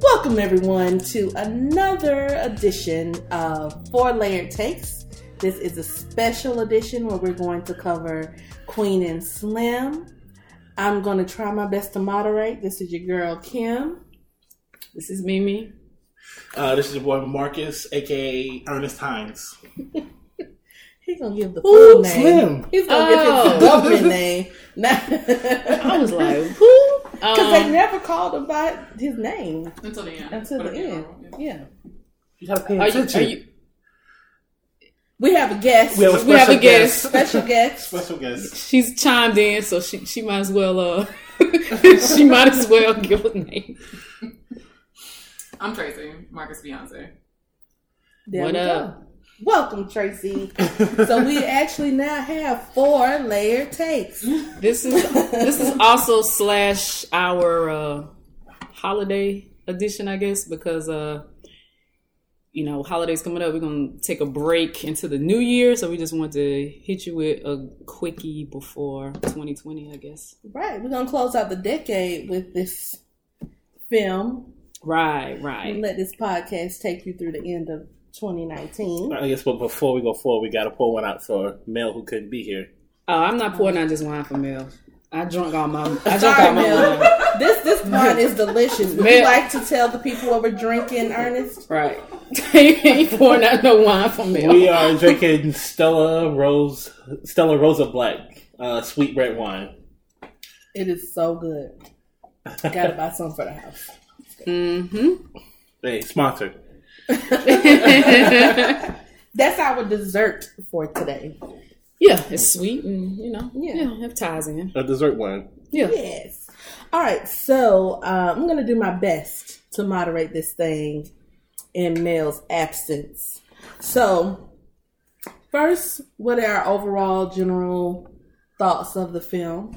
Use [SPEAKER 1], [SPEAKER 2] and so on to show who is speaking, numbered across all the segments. [SPEAKER 1] welcome everyone to another edition of Four Layer Takes. This is a special edition where we're going to cover Queen and Slim. I'm going to try my best to moderate. This is your girl Kim.
[SPEAKER 2] This is Mimi.
[SPEAKER 3] Uh, this is your boy Marcus, aka Ernest Hines.
[SPEAKER 1] He's gonna give the
[SPEAKER 3] Ooh,
[SPEAKER 1] full name.
[SPEAKER 3] Slim.
[SPEAKER 1] He's gonna give his
[SPEAKER 3] Oh.
[SPEAKER 1] government name.
[SPEAKER 2] I
[SPEAKER 1] I
[SPEAKER 2] was like, who?
[SPEAKER 1] because they
[SPEAKER 2] Um,
[SPEAKER 1] never called him by his name
[SPEAKER 4] Until the end.
[SPEAKER 1] until the
[SPEAKER 4] Whatever you
[SPEAKER 1] end.
[SPEAKER 4] want.
[SPEAKER 1] Yeah,
[SPEAKER 3] You gotta pay
[SPEAKER 2] are you,
[SPEAKER 3] attention.
[SPEAKER 2] are you?
[SPEAKER 1] we have a guest.
[SPEAKER 3] we have a
[SPEAKER 2] we have
[SPEAKER 3] special
[SPEAKER 2] a guest.
[SPEAKER 3] guest.
[SPEAKER 1] special guest.
[SPEAKER 3] Special guest.
[SPEAKER 2] She's chimed in, so she she might as well uh she might as well give a name.
[SPEAKER 4] I'm Tracy, Marcus' fiance.
[SPEAKER 1] There
[SPEAKER 2] What
[SPEAKER 1] we
[SPEAKER 2] up?
[SPEAKER 1] go. Welcome, Tracy. so we actually now have four layer takes.
[SPEAKER 2] This is this is also slash our uh holiday edition, I guess, because uh you know holidays coming up. We're gonna take a break into the new year, so we just want to hit you with a quickie before 2020, I guess.
[SPEAKER 1] Right, we're gonna close out the decade with this film
[SPEAKER 2] Right,
[SPEAKER 1] and
[SPEAKER 2] right.
[SPEAKER 1] let this podcast take you through the end of 2019.
[SPEAKER 3] I guess, but before we go forward, we gotta pull one out for Mel who couldn't be here.
[SPEAKER 2] Oh, I'm not pouring out just wine for Mel. I drunk all my I drunk
[SPEAKER 1] Sorry,
[SPEAKER 2] all my
[SPEAKER 1] Mel.
[SPEAKER 2] wine.
[SPEAKER 1] This this wine is delicious. Would you
[SPEAKER 2] Mel.
[SPEAKER 1] like to tell the people what we're drinking, Ernest?
[SPEAKER 2] Right. ain't pouring out no wine for Mel.
[SPEAKER 3] We are drinking Stella Rose, Stella Rosa Black, uh, sweet red wine.
[SPEAKER 1] It is so good. Gotta buy some for the house.
[SPEAKER 2] Mm-hmm.
[SPEAKER 3] Hey, sponsored.
[SPEAKER 1] That's our dessert for today.
[SPEAKER 2] yeah, it's sweet and you know,
[SPEAKER 1] Yeah.
[SPEAKER 2] yeah, have ties in.
[SPEAKER 3] A dessert wine.
[SPEAKER 2] Yeah.
[SPEAKER 1] Yes. All right. So uh, I'm going to do my best to moderate this thing in Mel's absence. So, first, what are our overall general thoughts of the film?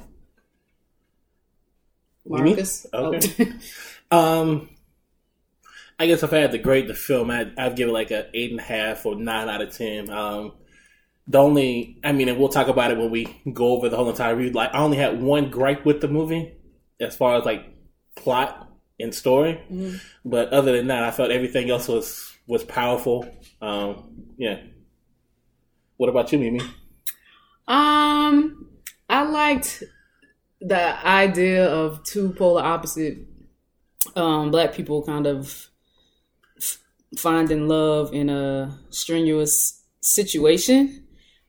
[SPEAKER 2] Marcus. Oh.
[SPEAKER 3] Okay. Um, I guess if I had to grade the film, I'd, I'd give it like a eight and a half or nine out of ten. Um, the only, I mean, and we'll talk about it when we go over the whole entire review. Like, I only had one gripe with the movie as far as like plot and story,
[SPEAKER 1] Mm-hmm.
[SPEAKER 3] but other than that, I felt everything else was was powerful. Um, yeah. What about you, Mimi?
[SPEAKER 2] um I liked the idea of two polar opposite um black people kind of f- finding love in a strenuous situation.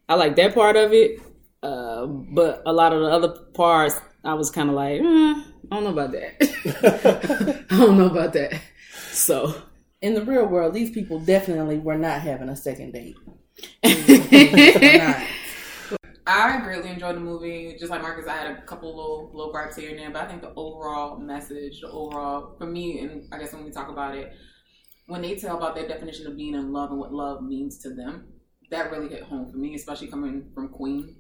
[SPEAKER 2] I like that part of it. Uh, but a lot of the other parts, I was kind of like, eh, I don't know about that. I don't know about that. So,
[SPEAKER 1] In the real world, these people definitely were not having a second date. They're
[SPEAKER 2] yeah,
[SPEAKER 1] not.
[SPEAKER 4] I greatly enjoyed the movie. Just like Marcus, I had a couple little little gripes here and there, but I think the overall message, the overall for me, and I guess when we talk about it, when they tell about their definition of being in love and what love means to them, that really hit home for me, especially coming from Queen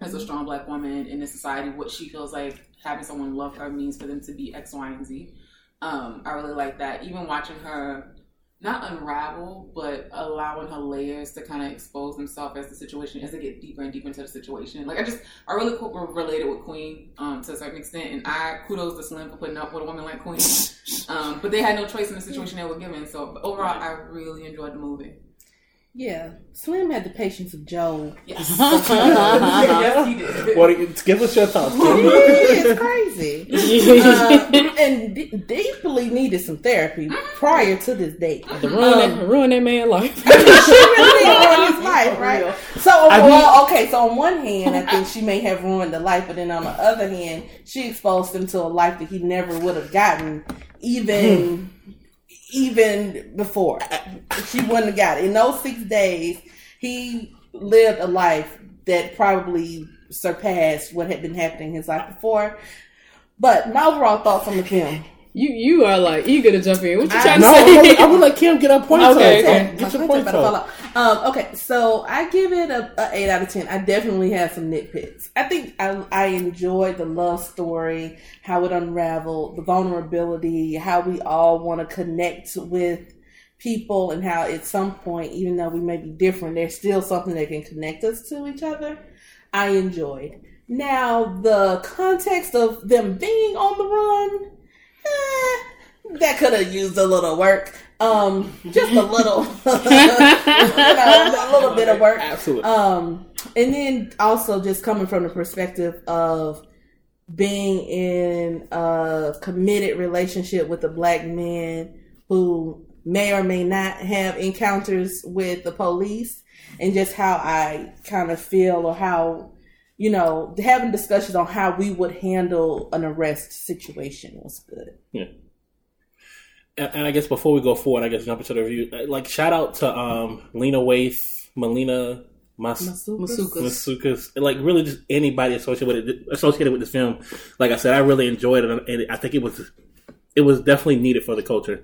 [SPEAKER 4] as
[SPEAKER 1] Mm-hmm.
[SPEAKER 4] a strong black woman in this society, what she feels like having someone love her means for them to be X, Y, and Z. Um, I really like that. Even watching her not unravel, but allowing her layers to kind of expose themselves as the situation as they get deeper and deeper into the situation. Like I just, I really co- related with Queen um, to a certain extent, and I kudos to Slim for putting up with a woman like Queen. Um, but they had no choice in the situation they were given. So but overall, I really enjoyed the movie.
[SPEAKER 1] Yeah. Slim had the patience of Job.
[SPEAKER 4] Yes, yes he did.
[SPEAKER 3] What? Give us your thoughts.
[SPEAKER 1] it's crazy. Um, and d- deeply needed some therapy prior to this date.
[SPEAKER 2] ruin, that, ruin that man's life.
[SPEAKER 1] she really did ruin his life, right? So,
[SPEAKER 3] I
[SPEAKER 1] well, okay. So on one hand, I think she may have ruined the life, but then on the other hand, she exposed him to a life that he never would have gotten, even even before she wouldn't have got it. In those six days, he lived a life that probably surpassed what had been happening in his life before. But my overall thoughts on the film.
[SPEAKER 2] You you are like eager to jump in. What you
[SPEAKER 1] I-
[SPEAKER 2] trying to
[SPEAKER 3] No, I
[SPEAKER 2] say?
[SPEAKER 3] would, I would let Kim get her points
[SPEAKER 2] Okay,
[SPEAKER 3] off.
[SPEAKER 2] okay.
[SPEAKER 3] Get
[SPEAKER 1] My
[SPEAKER 3] your
[SPEAKER 1] points
[SPEAKER 3] points
[SPEAKER 1] about to fall out.
[SPEAKER 3] off.
[SPEAKER 1] Um, okay, so I give it a, a eight out of ten. I definitely have some nitpicks. I think I, I enjoyed the love story, how it unraveled, the vulnerability, how we all want to connect with people, and how at some point, even though we may be different, there's still something that can connect us to each other. I enjoyed. Now the context of them being on the run. eh, that could have used a little work. Um, just a little, you know, a little bit of work.
[SPEAKER 3] Absolutely.
[SPEAKER 1] Um, and then also just coming from the perspective of being in a committed relationship with a black man who may or may not have encounters with the police, and just how I kind of feel or how you know having discussions on how we would handle an arrest situation was good.
[SPEAKER 3] and, and I guess before we go forward, I guess jump into the review. uh, Like shout out to um Lena Waith, Melina Mas-
[SPEAKER 2] Masukas.
[SPEAKER 3] Masukas, like really just anybody associated with it, associated with this film. Like I said, I really enjoyed it, and I think it was it was definitely needed for the culture.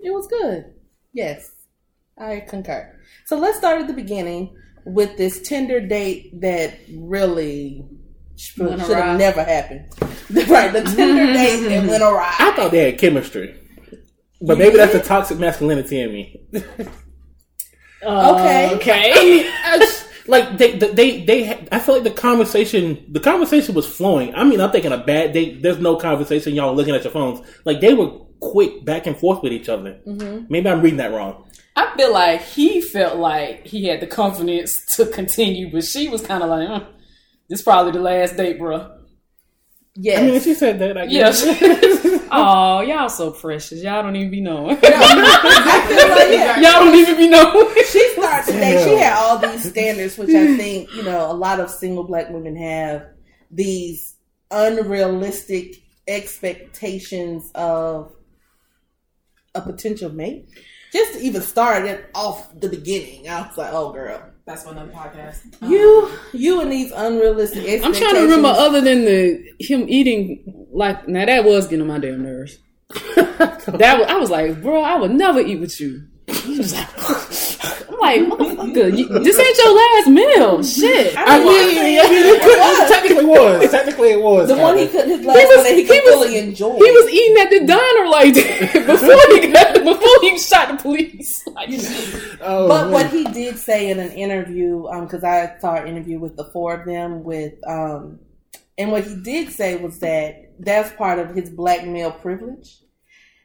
[SPEAKER 1] It was good. Yes, I concur. So let's start at the beginning with this Tinder date that really sh- should
[SPEAKER 2] Went awry.
[SPEAKER 1] have never happened. right, the Tinder date that went awry.
[SPEAKER 3] I thought they had chemistry, but maybe that's the toxic masculinity in me.
[SPEAKER 2] Uh,
[SPEAKER 1] Okay.
[SPEAKER 3] Okay. I mean, I just- like they, they, they, they had- I feel like the conversation, the conversation was flowing. I mean, I'm thinking a bad date. There's no conversation. Y'all looking at your phones. Like they were quick back and forth with each other. Maybe I'm reading that wrong.
[SPEAKER 2] I feel like he felt like he had the confidence to continue, but she was kind of like, "Huh, "This probably the last date, bruh.
[SPEAKER 1] Yes.
[SPEAKER 3] I mean, if she said that, I
[SPEAKER 2] Yeah.
[SPEAKER 3] guess.
[SPEAKER 2] oh, y'all so precious. Y'all don't even be knowing.
[SPEAKER 1] No, I feel like, yeah,
[SPEAKER 2] y'all don't even be knowing.
[SPEAKER 1] she started the date. She had all these standards, which I think you know a lot of single black women have these unrealistic expectations of a potential mate. Just to even start it off the beginning, I was like, "Oh, girl,
[SPEAKER 4] That's for another podcast. Um,
[SPEAKER 1] you, you, and these unrealistic
[SPEAKER 2] I'm
[SPEAKER 1] expectations."
[SPEAKER 2] trying to remember other than the him eating like now that was getting on my damn nerves. that was, I was like, bro, I would never eat with you. He was like, I'm like, motherfucker, you, this ain't your last meal. Shit.
[SPEAKER 3] I mean, I mean, it could-
[SPEAKER 1] was.
[SPEAKER 3] technically was. Technically, it was.
[SPEAKER 1] the one he
[SPEAKER 3] kinda.
[SPEAKER 1] could his last one that he could
[SPEAKER 2] he was-
[SPEAKER 1] fully enjoy.
[SPEAKER 2] He was eating at the diner like that before he got, before he shot the police. Like,
[SPEAKER 3] Oh,
[SPEAKER 1] But
[SPEAKER 3] man.
[SPEAKER 1] what he did say in an interview, because I saw an interview with the four of them, with um, and what he did say was that that's part of his black male privilege,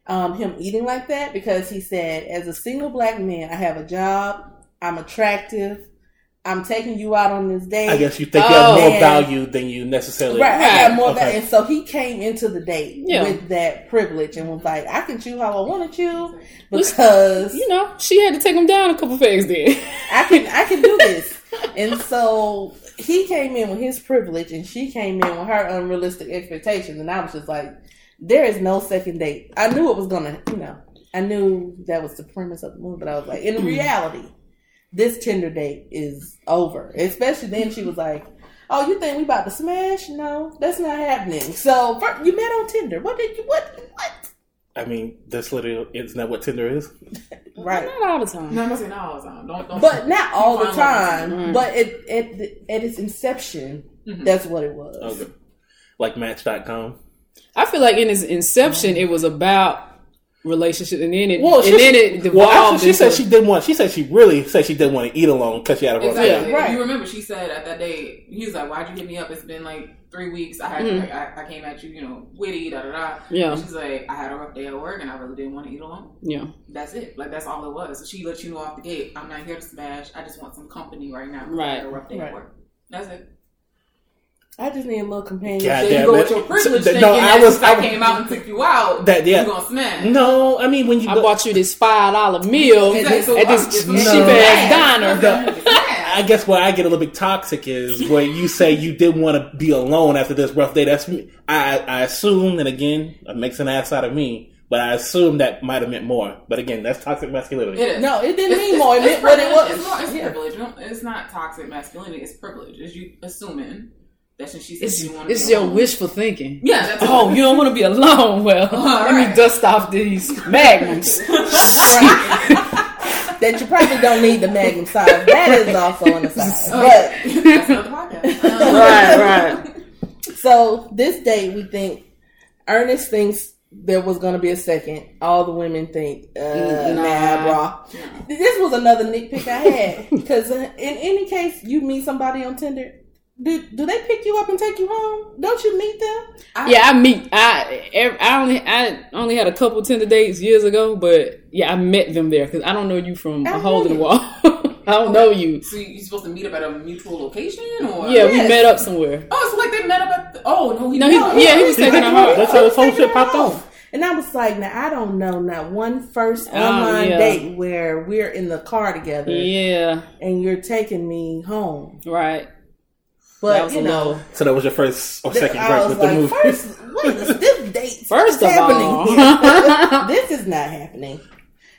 [SPEAKER 1] um, him eating like that, because he said, as a single black man, I have a job, I'm attractive, I'm taking you out on this date.
[SPEAKER 3] I guess you think
[SPEAKER 2] Oh,
[SPEAKER 3] you have more
[SPEAKER 1] man.
[SPEAKER 3] value than you necessarily.
[SPEAKER 1] Right, I have more
[SPEAKER 3] Okay.
[SPEAKER 1] value. And so he came into the date
[SPEAKER 2] Yeah.
[SPEAKER 1] with that privilege and was like, I can chew how I want to chew because
[SPEAKER 2] you know, she had to take him down a couple pegs then.
[SPEAKER 1] I can I can do this. And so he came in with his privilege and she came in with her unrealistic expectations and I was just like, There is no second date. I knew it was gonna you know, I knew that was the premise of the movie, but I was like, in reality, this Tinder date is over. Especially then she was like Oh, you think we about to smash? No, that's not happening. So fir- you met on Tinder. What did you? What? What?
[SPEAKER 3] I mean, that's literally isn't that what Tinder is?
[SPEAKER 1] Right.
[SPEAKER 2] Not all the time.
[SPEAKER 4] No, I'm not saying not all the time. Don't, don't.
[SPEAKER 1] but not all the
[SPEAKER 4] Fine lines.
[SPEAKER 1] time.
[SPEAKER 2] Mm.
[SPEAKER 1] But it, at the, at its inception,
[SPEAKER 4] Mhm.
[SPEAKER 1] that's what it was.
[SPEAKER 3] Okay. Oh, Like Match.com.
[SPEAKER 2] I feel like in its inception, it was about relationships, and then it
[SPEAKER 3] Well,
[SPEAKER 2] and
[SPEAKER 3] she,
[SPEAKER 2] then it devolved.
[SPEAKER 3] well, actually, she
[SPEAKER 2] into-
[SPEAKER 3] said she didn't want. She said she really said she didn't want to eat alone because she had a rough
[SPEAKER 4] Exactly.
[SPEAKER 2] Yeah,
[SPEAKER 1] right.
[SPEAKER 4] You remember she said at that day, he was like, "Why'd you hit me up? It's been like three weeks. I had,
[SPEAKER 3] Mm-hmm.
[SPEAKER 2] Mhm.
[SPEAKER 4] like, I, I came at you, you know, witty, da da da."
[SPEAKER 2] Yeah.
[SPEAKER 4] And she's like, "I had a rough day at work, and I really didn't want to eat alone.
[SPEAKER 2] yeah,
[SPEAKER 4] That's it. Like that's all it was. So she let you know off the gate. I'm not here to smash. I just want some company right now. I had a
[SPEAKER 2] Right.
[SPEAKER 4] rough day
[SPEAKER 1] Right.
[SPEAKER 4] at work. That's it.
[SPEAKER 1] I just need a little companionship.
[SPEAKER 3] God
[SPEAKER 4] There
[SPEAKER 3] damn
[SPEAKER 4] you go
[SPEAKER 3] it.
[SPEAKER 4] with your
[SPEAKER 3] So,
[SPEAKER 4] privilege thinking
[SPEAKER 3] no, I
[SPEAKER 4] that
[SPEAKER 3] was-
[SPEAKER 4] since I,
[SPEAKER 3] I was-
[SPEAKER 4] came out and took you out.
[SPEAKER 3] That- yeah.
[SPEAKER 4] You gonna smash?
[SPEAKER 3] No, I mean when you.
[SPEAKER 2] I
[SPEAKER 3] go-
[SPEAKER 2] bought you this five dollar meal
[SPEAKER 4] Exactly. So
[SPEAKER 2] at
[SPEAKER 4] why-
[SPEAKER 2] this
[SPEAKER 4] it's like-
[SPEAKER 2] cheap ass diner.
[SPEAKER 4] Smash. Smash.
[SPEAKER 3] I guess where I get a little bit toxic is where you say you didn't want to be alone after this rough day. That's me. I, I assume, and again, it makes an ass out of me, but I assume that might have meant more. But again, that's toxic masculinity.
[SPEAKER 4] It is.
[SPEAKER 1] No, it didn't
[SPEAKER 4] It's-
[SPEAKER 1] mean
[SPEAKER 4] it's-
[SPEAKER 1] more. It meant
[SPEAKER 4] it's
[SPEAKER 1] what it
[SPEAKER 4] privilege.
[SPEAKER 1] was.
[SPEAKER 4] It's, not, it's
[SPEAKER 1] Yeah.
[SPEAKER 4] privilege. You don't- It's not toxic masculinity. It's privilege. It's you assuming that since she said
[SPEAKER 2] It's
[SPEAKER 4] you want
[SPEAKER 2] it's your wishful thinking.
[SPEAKER 4] Yeah, that's
[SPEAKER 2] Oh, you don't want to be alone. Well,
[SPEAKER 4] All
[SPEAKER 2] let me
[SPEAKER 4] right.
[SPEAKER 2] dust off these magnums.
[SPEAKER 1] That you probably don't need the magnum size. That is also an aside.
[SPEAKER 4] That's another podcast. Um,
[SPEAKER 2] right,
[SPEAKER 1] But so this date, we think Ernest thinks there was going to be a second. All the women think, uh,
[SPEAKER 2] Mm,
[SPEAKER 1] nah,
[SPEAKER 2] nah.
[SPEAKER 1] bro. This was another nitpick I had because in any case, you meet somebody on Tinder. Do, do they pick you up and take you home? Don't you meet them?
[SPEAKER 4] I,
[SPEAKER 2] Yeah, I meet. I ev- I only I only had a couple Tinder dates years ago, but yeah, I met them there because I don't know you from a
[SPEAKER 1] I
[SPEAKER 2] hole in the
[SPEAKER 1] know
[SPEAKER 2] wall. I don't know you.
[SPEAKER 4] So you- you're supposed to meet up at a mutual location, or
[SPEAKER 2] Yeah, we
[SPEAKER 1] Yes.
[SPEAKER 2] met up somewhere.
[SPEAKER 4] Oh, so like they met up at. The, oh no, he,
[SPEAKER 2] No, he- yeah, he was taking her home.
[SPEAKER 3] That's how this whole shit popped off.
[SPEAKER 1] And I was like, now I don't know, not one first
[SPEAKER 2] Oh,
[SPEAKER 1] online
[SPEAKER 2] yeah.
[SPEAKER 1] date where we're in the car together
[SPEAKER 2] Yeah,
[SPEAKER 1] and you're taking me home.
[SPEAKER 2] right. that
[SPEAKER 1] But
[SPEAKER 2] was
[SPEAKER 1] you
[SPEAKER 2] a
[SPEAKER 1] know,
[SPEAKER 2] know,
[SPEAKER 3] So that was your first or
[SPEAKER 1] th-
[SPEAKER 3] second
[SPEAKER 1] I
[SPEAKER 3] break
[SPEAKER 1] was
[SPEAKER 3] with the
[SPEAKER 1] like,
[SPEAKER 3] movie.
[SPEAKER 1] first, what is this date?
[SPEAKER 2] First of
[SPEAKER 1] happening
[SPEAKER 2] all.
[SPEAKER 1] here? this is not happening.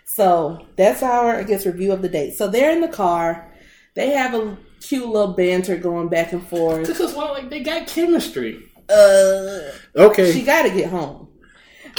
[SPEAKER 1] So that's our, I guess, review of the date. So they're in the car. They have a cute little banter going back and forth.
[SPEAKER 3] This is why, like, they got chemistry.
[SPEAKER 1] Uh, she
[SPEAKER 3] Okay.
[SPEAKER 1] got to get home.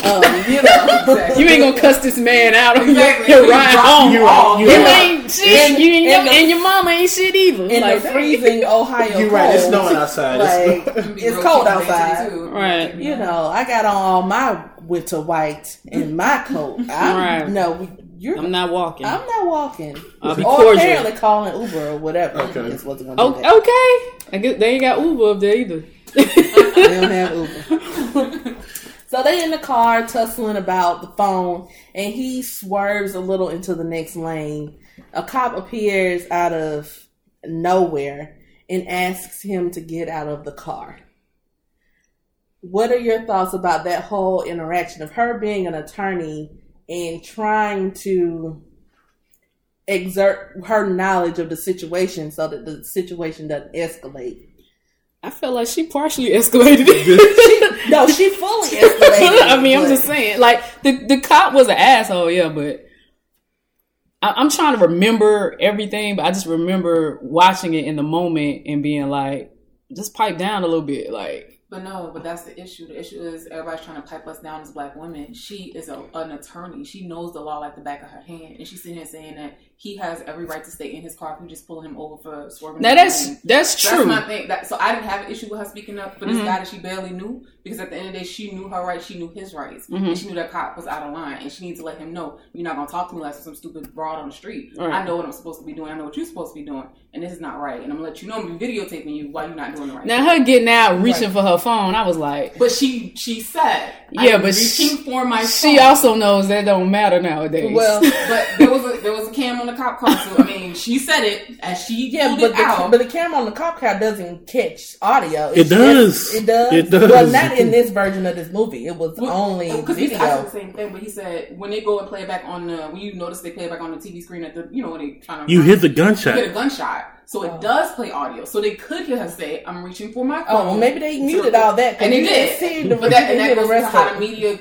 [SPEAKER 1] Um, you know.
[SPEAKER 2] You ain't gonna cuss this man out on
[SPEAKER 4] Exactly.
[SPEAKER 2] your,
[SPEAKER 4] You
[SPEAKER 2] your ride
[SPEAKER 4] dropped
[SPEAKER 2] home.
[SPEAKER 3] you
[SPEAKER 2] You,
[SPEAKER 3] right. You right.
[SPEAKER 2] ain't shit.
[SPEAKER 1] In-
[SPEAKER 2] you ain't,
[SPEAKER 1] in
[SPEAKER 2] your,
[SPEAKER 1] the-
[SPEAKER 2] and your mama ain't shit either.
[SPEAKER 1] in
[SPEAKER 2] Like,
[SPEAKER 1] the freezing Ohio
[SPEAKER 3] You right. It's
[SPEAKER 1] cold.
[SPEAKER 3] snowing outside.
[SPEAKER 1] Like,
[SPEAKER 3] It's-
[SPEAKER 4] It'd be
[SPEAKER 1] it's
[SPEAKER 4] real
[SPEAKER 1] cold
[SPEAKER 4] cute
[SPEAKER 1] outside.
[SPEAKER 4] too.
[SPEAKER 2] Right.
[SPEAKER 1] You know, I got on all my winter white and my coat. I'm,
[SPEAKER 2] Right.
[SPEAKER 1] No, we, you're.
[SPEAKER 2] I'm not walking.
[SPEAKER 1] I'm not walking.
[SPEAKER 2] I'll be
[SPEAKER 1] or
[SPEAKER 2] cordial.
[SPEAKER 1] apparently calling Uber or whatever.
[SPEAKER 3] Okay.
[SPEAKER 1] This wasn't gonna
[SPEAKER 2] O-
[SPEAKER 1] do that.
[SPEAKER 2] Oh, okay. I guess they ain't got Uber up there either.
[SPEAKER 1] They don't have Uber. so they in the car tussling about the phone, and he swerves a little into the next lane. A cop appears out of nowhere and asks him to get out of the car. What are your thoughts about that whole interaction of her being an attorney and trying to exert her knowledge of the situation so that the situation doesn't escalate?
[SPEAKER 2] I felt like she partially escalated it.
[SPEAKER 1] No, she fully escalated.
[SPEAKER 2] I mean, I'm
[SPEAKER 1] but-
[SPEAKER 2] just saying, like the the cop was an asshole, yeah, but I, I'm trying to remember everything, but I just remember watching it in the moment and being like, just pipe down a little bit, like
[SPEAKER 4] But no, but that's the issue. The issue is everybody's trying to pipe us down as black women. She is a, an attorney. She knows the law like the back of her hand, and she's sitting here saying that he has every right to stay in his car if you just pulling him over for swerving.
[SPEAKER 2] now
[SPEAKER 4] and
[SPEAKER 2] that's
[SPEAKER 4] speeding.
[SPEAKER 2] that's
[SPEAKER 4] That's
[SPEAKER 2] true,
[SPEAKER 4] my thing. That, so I didn't have an issue with her speaking up for this
[SPEAKER 2] Mhm.
[SPEAKER 4] guy that she barely knew because at the end of the day, she knew her rights, she knew his rights,
[SPEAKER 2] Mhm.
[SPEAKER 4] and she knew that cop was out of line, and she needs to let him know you're not gonna talk to me like some stupid broad on the street.
[SPEAKER 2] Right.
[SPEAKER 4] I know what I'm supposed to be doing. I know what you're supposed to be doing, and this is not right. And I'm gonna let you know I'm videotaping you while you're not doing the right.
[SPEAKER 2] Now
[SPEAKER 4] thing.
[SPEAKER 2] her getting out, reaching for her phone, I was like,
[SPEAKER 4] But she she said
[SPEAKER 2] Yeah,
[SPEAKER 4] I'm
[SPEAKER 2] but
[SPEAKER 4] reaching
[SPEAKER 2] she-
[SPEAKER 4] for my
[SPEAKER 2] she
[SPEAKER 4] phone.
[SPEAKER 2] also knows that don't matter nowadays.
[SPEAKER 1] Well,
[SPEAKER 4] but there was a there was a cam on the cop car. So I mean, she said it and she
[SPEAKER 1] yeah,
[SPEAKER 4] pulled
[SPEAKER 1] but
[SPEAKER 4] it
[SPEAKER 1] the,
[SPEAKER 4] out.
[SPEAKER 1] but the camera on the cop car doesn't catch audio.
[SPEAKER 3] It does.
[SPEAKER 1] It does.
[SPEAKER 3] It does.
[SPEAKER 1] Well, not in this version of this movie. It was only
[SPEAKER 4] because Oh, he I said the
[SPEAKER 1] video.
[SPEAKER 4] same thing, but he said when they go and play it back on the when you notice they play it back on the TV screen at the you know when they trying to
[SPEAKER 3] You hear the
[SPEAKER 4] you hear the
[SPEAKER 3] gunshot.
[SPEAKER 4] gunshot, so it
[SPEAKER 1] Oh.
[SPEAKER 4] does play audio. So they could hear her say, "I'm reaching for my phone."
[SPEAKER 1] Oh, well, maybe they muted all that. 'cause
[SPEAKER 4] And they
[SPEAKER 1] you
[SPEAKER 4] did.
[SPEAKER 1] didn't See the,
[SPEAKER 4] But that, and that
[SPEAKER 1] you didn't hear the
[SPEAKER 4] goes to
[SPEAKER 1] rest
[SPEAKER 4] how
[SPEAKER 1] of
[SPEAKER 4] the
[SPEAKER 1] it.
[SPEAKER 4] media,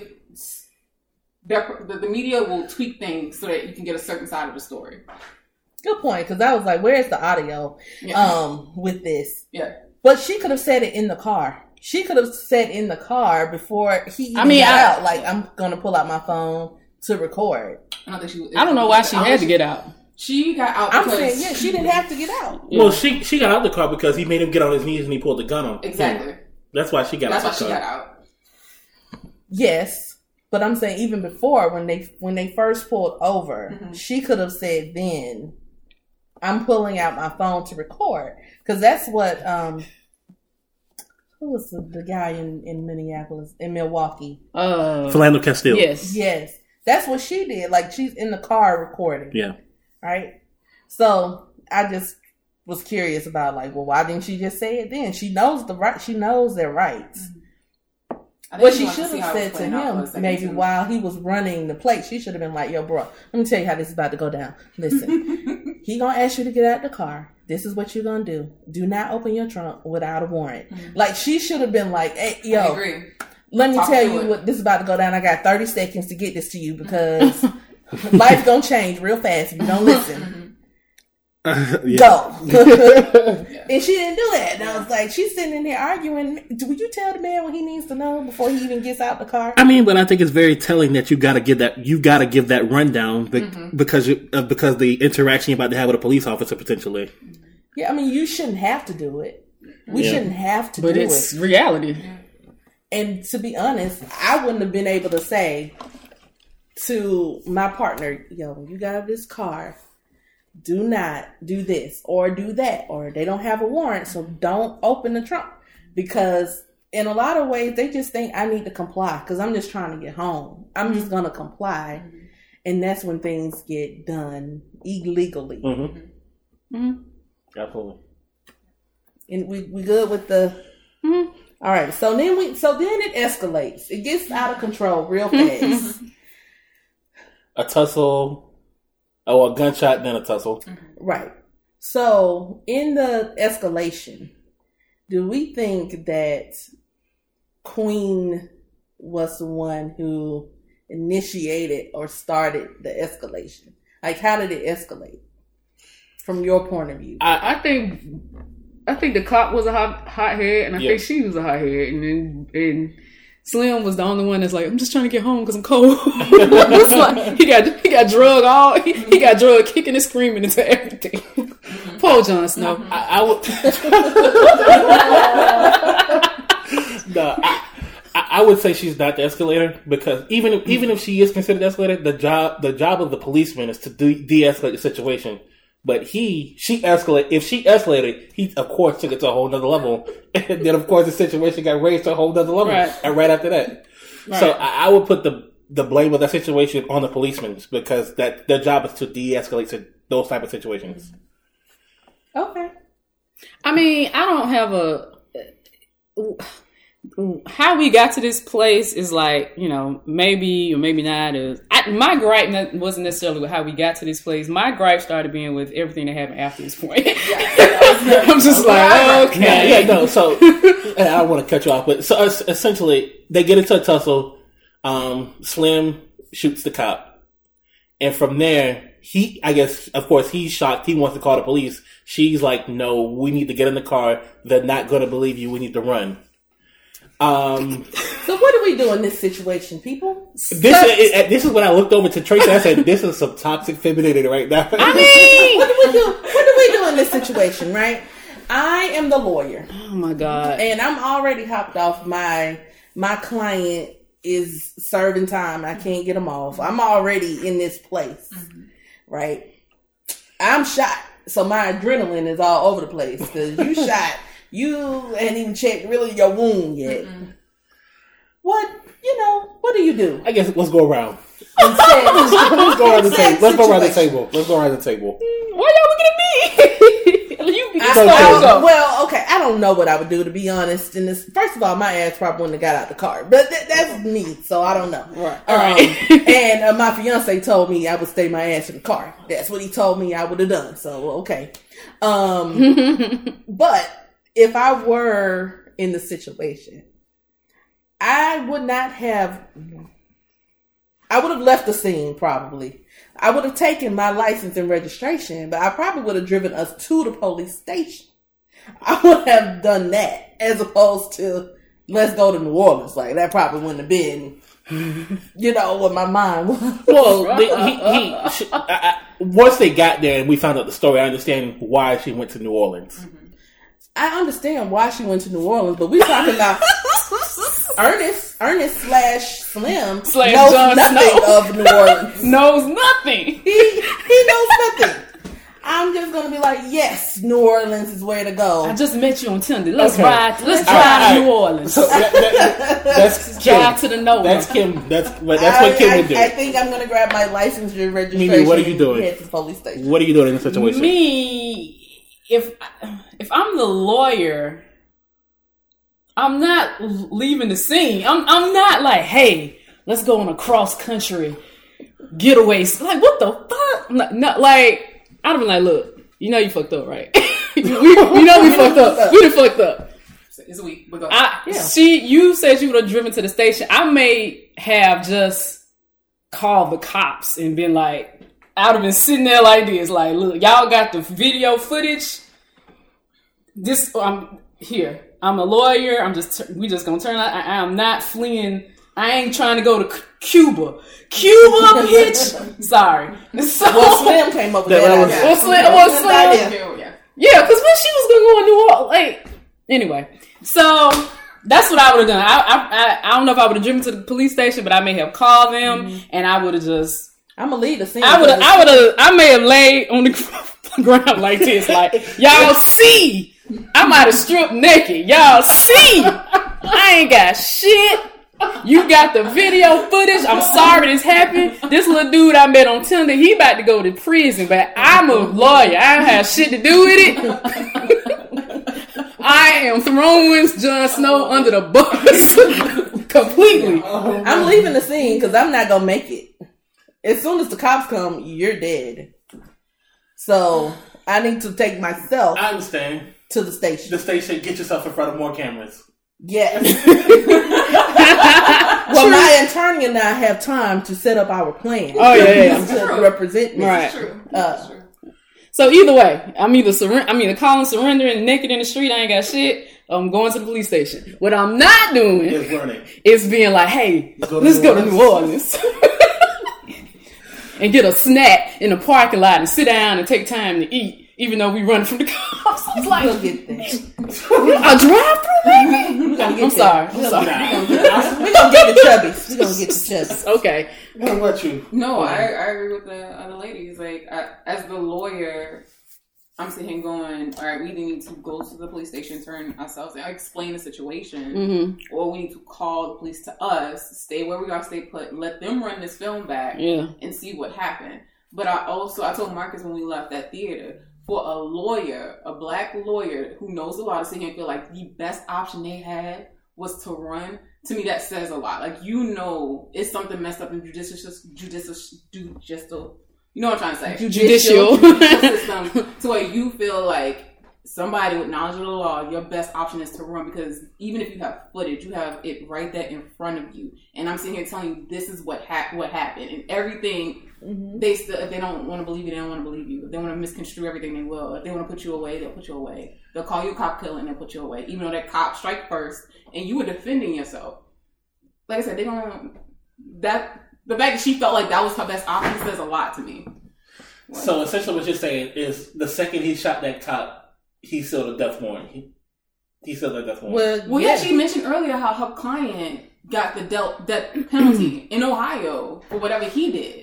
[SPEAKER 4] the, the media will tweak things so that you can get a certain side of the story.
[SPEAKER 1] Good point, because I was like, "Where's the audio?"
[SPEAKER 4] Yeah.
[SPEAKER 1] Um, with this,
[SPEAKER 4] yeah.
[SPEAKER 1] but she could have said it in the car. She could have said in the car before he. Even
[SPEAKER 2] I mean,
[SPEAKER 1] got
[SPEAKER 2] I-
[SPEAKER 1] out, like I'm gonna pull out my phone to record.
[SPEAKER 4] I don't think she.
[SPEAKER 2] I don't know why she
[SPEAKER 4] I don't
[SPEAKER 2] had to
[SPEAKER 4] think
[SPEAKER 2] get out.
[SPEAKER 4] She she got out.
[SPEAKER 1] I'm
[SPEAKER 4] because
[SPEAKER 1] saying, yeah, she didn't have to get out.
[SPEAKER 3] Well, she she got out the car because he made him get on his knees and he pulled the gun on. him.
[SPEAKER 4] Exactly.
[SPEAKER 3] That's why she got
[SPEAKER 4] That's why
[SPEAKER 3] out
[SPEAKER 4] she
[SPEAKER 3] the
[SPEAKER 4] got
[SPEAKER 3] car.
[SPEAKER 4] out.
[SPEAKER 1] Yes, but I'm saying even before when they when they first pulled over,
[SPEAKER 4] Mhm.
[SPEAKER 1] she could have said then, "I'm pulling out my phone to record," because that's what um, who was the, the guy in in Minneapolis in Milwaukee?
[SPEAKER 2] Uh,
[SPEAKER 3] Philando Castile.
[SPEAKER 2] yes,
[SPEAKER 1] Yes, that's what she did. Like she's in the car recording.
[SPEAKER 3] Yeah.
[SPEAKER 1] Right. So I just was curious about like, well, why didn't she just say it then? She knows the right. She knows their rights.
[SPEAKER 4] I think
[SPEAKER 1] Well, she
[SPEAKER 4] wanted
[SPEAKER 1] should
[SPEAKER 4] see
[SPEAKER 1] have
[SPEAKER 4] how it was
[SPEAKER 1] said to
[SPEAKER 4] playing out for a
[SPEAKER 1] him
[SPEAKER 4] second,
[SPEAKER 1] maybe
[SPEAKER 4] too.
[SPEAKER 1] while he was running the plate, she should have been like, "Yo, bro, let me tell you how this is about to go down. Listen, he gonna ask you to get out the car. This is what you gonna do. Do not open your trunk without a warrant."
[SPEAKER 4] Mhm.
[SPEAKER 1] Like she should have been like, "Hey,
[SPEAKER 4] I
[SPEAKER 1] yo,
[SPEAKER 4] agree.
[SPEAKER 1] let me
[SPEAKER 4] Talk
[SPEAKER 1] tell
[SPEAKER 4] to
[SPEAKER 1] you
[SPEAKER 4] it.
[SPEAKER 1] what this is about to go down. I got thirty seconds to get this to you because life gonna change real fast if you don't listen.
[SPEAKER 4] Mhm.
[SPEAKER 3] yeah.
[SPEAKER 1] Go."
[SPEAKER 4] Yeah.
[SPEAKER 1] And she didn't do that. And I was like, she's sitting in there arguing. Do you tell the man what he needs to know before he even gets out the car?
[SPEAKER 3] I mean, but I think it's very telling that you gotta give that you gotta give that rundown be- because you, uh, because the interaction you're about to have with a police officer potentially.
[SPEAKER 1] Yeah, I mean, you shouldn't have to do it. We
[SPEAKER 3] Yeah.
[SPEAKER 1] shouldn't have to
[SPEAKER 2] but
[SPEAKER 1] do
[SPEAKER 2] it's
[SPEAKER 1] it.
[SPEAKER 2] reality.
[SPEAKER 1] And to be honest, I wouldn't have been able to say to my partner, yo, when you got out of this car, do not do this or do that or they don't have a warrant, so don't open the trunk because in a lot of ways they just think I need to comply because I'm just trying to get home. I'm just gonna comply,
[SPEAKER 2] Mm-hmm.
[SPEAKER 1] and that's when things get done illegally.
[SPEAKER 3] Mm-hmm.
[SPEAKER 2] Mhm.
[SPEAKER 3] Absolutely.
[SPEAKER 1] And we we good with the.
[SPEAKER 2] Mhm.
[SPEAKER 1] All right, so then we so then it escalates. It gets out of control real fast.
[SPEAKER 3] A tussle. Oh, a gunshot, then a tussle.
[SPEAKER 1] Right. So, in the escalation, do we think that Queen was the one who initiated or started the escalation? Like, how did it escalate from your point of view?
[SPEAKER 2] I, I think I think the cop was a hot hothead, and I
[SPEAKER 3] Yeah.
[SPEAKER 2] think she was a hothead, and then and Slim was the only one that's like, I'm just trying to get home because I'm cold. It's like, he got he got drug all he, he got drug kicking and screaming into everything. Poor Jon Snow.
[SPEAKER 3] I, I would. no, I, I I would say she's not the escalator because even if, even if she is considered the escalator, the job the job of the policeman is to de- de-escalate the situation. But he she escalate if she escalated, he of course took it to a whole nother level, and then of course the situation got raised to a whole nother level,
[SPEAKER 2] Right.
[SPEAKER 3] and right after that. So I, I would put the the blame of that situation on the policemen because that their job is to de-escalate to those type of situations.
[SPEAKER 1] Okay.
[SPEAKER 2] I mean, I don't have a. How we got to this place is like you know maybe or maybe not. Or, I, my gripe ne- wasn't necessarily with how we got to this place. My gripe started being with everything that happened after this point. I'm just like
[SPEAKER 3] Yeah,
[SPEAKER 2] okay,
[SPEAKER 3] yeah, no. So and I don't want to cut you off, but so es- essentially, they get into a tussle. Um, Slim shoots the cop, and from there, he, I guess, of course, he's shocked. He wants to call the police. She's like, "No, we need to get in the car. They're not going to believe you. We need to run." Um,
[SPEAKER 1] So, what do we do in this situation, people?
[SPEAKER 3] this is, eh, this is when I looked over to Tracy. I said, "This is some toxic femininity right now." I
[SPEAKER 1] What do we do? What do we do in this situation, right? I am the lawyer.
[SPEAKER 2] oh my god,
[SPEAKER 1] and I'm already hopped off my my client is serving time. I can't get him off. I'm already in this place, right? I'm shot, so my adrenaline is all over the place because you shot. You ain't even checked really your wound yet. What you know? What do you do?
[SPEAKER 3] I guess let's go around.
[SPEAKER 1] In said-
[SPEAKER 3] Let's go around the table.
[SPEAKER 1] Exact
[SPEAKER 3] Let's go around the
[SPEAKER 1] situation.
[SPEAKER 3] table. Let's go around the table.
[SPEAKER 2] why y'all looking at me? you be
[SPEAKER 1] I,
[SPEAKER 3] So
[SPEAKER 1] I
[SPEAKER 3] true.
[SPEAKER 1] don't- well, okay, I don't know what I would do to be honest. In this, first of all, my ass probably wouldn't have got out the car, but that, that's me, so I don't know.
[SPEAKER 2] Right.
[SPEAKER 1] Um,
[SPEAKER 2] Right.
[SPEAKER 1] and uh, my fiance told me I would stay my ass in the car. That's what he told me I would have done. So okay, um, but if I were in the situation, I would not have. I would have left the scene probably. I would have taken my license and registration, but I probably would have driven us to the police station. I would have done that as opposed to let's go to New Orleans. Like that probably wouldn't have been, you know, what my mind was.
[SPEAKER 3] Well, the, he, he she, I, I, once they got there and we found out the story, I understand why she went to New Orleans.
[SPEAKER 1] I understand why she went to New Orleans, but we talking about Ernest, Ernest slash Slim
[SPEAKER 2] Slash
[SPEAKER 1] knows
[SPEAKER 2] Jon
[SPEAKER 1] nothing
[SPEAKER 2] Snow.
[SPEAKER 1] of New Orleans.
[SPEAKER 2] knows nothing.
[SPEAKER 1] he he knows nothing. I'm just gonna be like, yes, New Orleans is where to go.
[SPEAKER 2] I just met you on Tinder. Let's
[SPEAKER 3] Okay.
[SPEAKER 2] ride. Let's
[SPEAKER 3] All right,
[SPEAKER 2] drive to
[SPEAKER 3] all
[SPEAKER 2] New
[SPEAKER 3] right.
[SPEAKER 2] Orleans.
[SPEAKER 3] So that, that, that's
[SPEAKER 2] Drive
[SPEAKER 3] Kim.
[SPEAKER 2] to the Nova.
[SPEAKER 3] That's Kim. That's what that's what
[SPEAKER 1] I-
[SPEAKER 3] Kim
[SPEAKER 1] I,
[SPEAKER 3] would do.
[SPEAKER 1] I think I'm gonna grab my license and registration.
[SPEAKER 3] Mimi, what are you
[SPEAKER 1] and
[SPEAKER 3] doing?
[SPEAKER 1] Head to the police station.
[SPEAKER 3] what are you doing in this situation?
[SPEAKER 2] Me, if if I'm the lawyer, I'm not leaving the scene. I'm I'm not like, hey, let's go on a cross country getaway. Like, what the fuck? No, no, like, I'd be like, look, you know you fucked up, right? we, you know we fucked up. We done fucked up.
[SPEAKER 4] It's a week. But go.
[SPEAKER 2] I
[SPEAKER 1] Yeah.
[SPEAKER 2] she you said you would have driven to the station. I may have just called the cops and been like, I'd have been sitting there like this, like, look, y'all got the video footage. This I'm here. I'm a lawyer. I'm just we just gonna turn. out- I, I'm not fleeing. I ain't trying to go to C- Cuba. Cuba, bitch. Sorry. So,
[SPEAKER 1] Well, Slim came up with
[SPEAKER 3] That
[SPEAKER 1] that.
[SPEAKER 3] was-
[SPEAKER 1] idea.
[SPEAKER 2] Well, Slim- well,
[SPEAKER 1] Good
[SPEAKER 2] Slim-
[SPEAKER 1] idea.
[SPEAKER 4] Yeah, yeah.
[SPEAKER 2] yeah, because when she was gonna go in New Orleans, like anyway. So that's what I would have done. I, I I I don't know if I would have driven to the police station, but I may have called them and I would have just
[SPEAKER 1] I'm gonna leave the scene.
[SPEAKER 2] I would have,
[SPEAKER 1] because
[SPEAKER 2] I would have, I may have laid on the ground like this, like y'all see, I might have stripped naked. Y'all see, I ain't got shit. You got the video footage. I'm sorry this happened. This little dude I met on Tinder, he about to go to prison, but I'm a lawyer. I don't have shit to do with it. I am throwing Jon Snow under the bus completely.
[SPEAKER 1] I'm leaving the scene because I'm not gonna make it. As soon as the cops come, you're dead. So I need to take myself
[SPEAKER 3] I understand.
[SPEAKER 1] to the station.
[SPEAKER 3] The station, get yourself in front of more cameras.
[SPEAKER 1] Yes. well, my attorney and I have time to set up our plan.
[SPEAKER 2] Oh, yeah, yeah.
[SPEAKER 1] to represent me.
[SPEAKER 2] Right.
[SPEAKER 4] It's true.
[SPEAKER 1] Uh,
[SPEAKER 4] It's true.
[SPEAKER 2] So either way, I'm either surrender, I'm either calling surrendering naked in the street, I ain't got shit. or I'm going to the police station. What I'm not doing
[SPEAKER 3] It's learning.
[SPEAKER 2] is being like, hey,
[SPEAKER 3] Let's go to
[SPEAKER 2] let's
[SPEAKER 3] New
[SPEAKER 2] go to New Orleans. and get a snack in the parking lot and sit down and take time to eat, even though we running from the cops. I was like,
[SPEAKER 1] We'll get there.
[SPEAKER 2] a drive through,
[SPEAKER 1] gonna
[SPEAKER 2] maybe?
[SPEAKER 1] get
[SPEAKER 2] I'm
[SPEAKER 1] there.
[SPEAKER 2] sorry. I'm
[SPEAKER 1] We'll
[SPEAKER 2] sorry.
[SPEAKER 3] Nah.
[SPEAKER 1] We're gonna get the chubbies. We're gonna get the chubbies.
[SPEAKER 2] Okay.
[SPEAKER 3] What about you?
[SPEAKER 4] No, I, I agree with the other ladies. Like, I, as the lawyer, I'm sitting going, all right, we either need to go to the police station, turn ourselves, and explain the situation,
[SPEAKER 1] Mm.
[SPEAKER 2] Mm-hmm.
[SPEAKER 4] or we need to call the police to us, stay where we are, stay put, let them run this film back,
[SPEAKER 2] Yeah.
[SPEAKER 1] Mm.
[SPEAKER 4] and see what happened. But I also, I told Marcus when we left that theater, for a lawyer, a black lawyer who knows the law to sit here and feel like the best option they had was to run, to me that says a lot. Like, you know, it's something messed up in judicial, judicial, judicial, you know what I'm trying to say?
[SPEAKER 2] Judicial.
[SPEAKER 4] judicial system to where you feel like somebody with knowledge of the law, your best option is to run because even if you have footage, you have it right there in front of you. And I'm sitting here telling you this is what hap- what happened, and everything
[SPEAKER 1] Mm-hmm.
[SPEAKER 4] they still if they don't want to believe you, they don't want to believe you. If they want to misconstrue everything, they will. If they want to put you away, they'll put you away. They'll call you a cop killer and they'll put you away, even though that cop strike first and you were defending yourself. Like I said, they don't that. The fact that she felt like that was her best option says a lot to me.
[SPEAKER 3] So essentially, what you're saying is the second he shot that cop, he sealed a death warrant. He, he sealed a death warrant.
[SPEAKER 1] Well,
[SPEAKER 4] Well,
[SPEAKER 1] yeah.
[SPEAKER 4] yeah, she mentioned earlier how her client got the dealt death penalty in Ohio for whatever he did,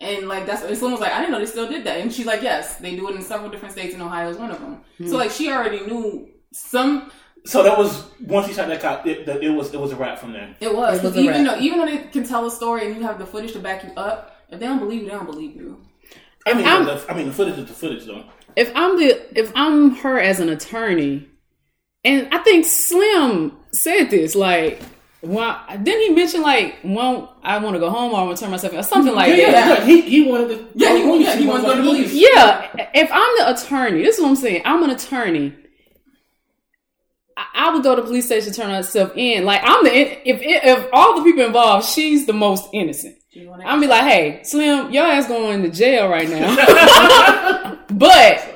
[SPEAKER 4] and like that's it's almost like I didn't know they still did that, and she's like, yes, they do it in several different states, and Ohio is one of them.
[SPEAKER 1] Hmm.
[SPEAKER 4] So like she already knew some.
[SPEAKER 3] so that was once he shot that cop, it, that- it was it was a wrap from there.
[SPEAKER 4] It was,
[SPEAKER 1] It was a
[SPEAKER 4] even
[SPEAKER 1] wrap.
[SPEAKER 4] though even though they can tell a story and you have the footage to back you up, if they don't believe you, they don't believe you.
[SPEAKER 3] I mean,
[SPEAKER 2] I'm-
[SPEAKER 3] the, I mean, the footage is the footage, though.
[SPEAKER 2] if I'm the if I'm her as an attorney, and I think Slim said this like. Well, didn't he mention like, "Well, I want to go home, or I want to turn myself in," or something like
[SPEAKER 3] yeah,
[SPEAKER 2] that"?
[SPEAKER 3] yeah, he he wanted to.
[SPEAKER 4] Yeah, he- yeah, he wanted to go to
[SPEAKER 3] police.
[SPEAKER 4] police.
[SPEAKER 2] Yeah, if I'm the attorney, this is what I'm saying. I'm an attorney. I, I would go to police station, turn herself in. Like I'm the if if all the people involved, she's the most innocent.
[SPEAKER 4] Do you want
[SPEAKER 2] I'm be like, "Hey, Slim, your ass going to jail right now," but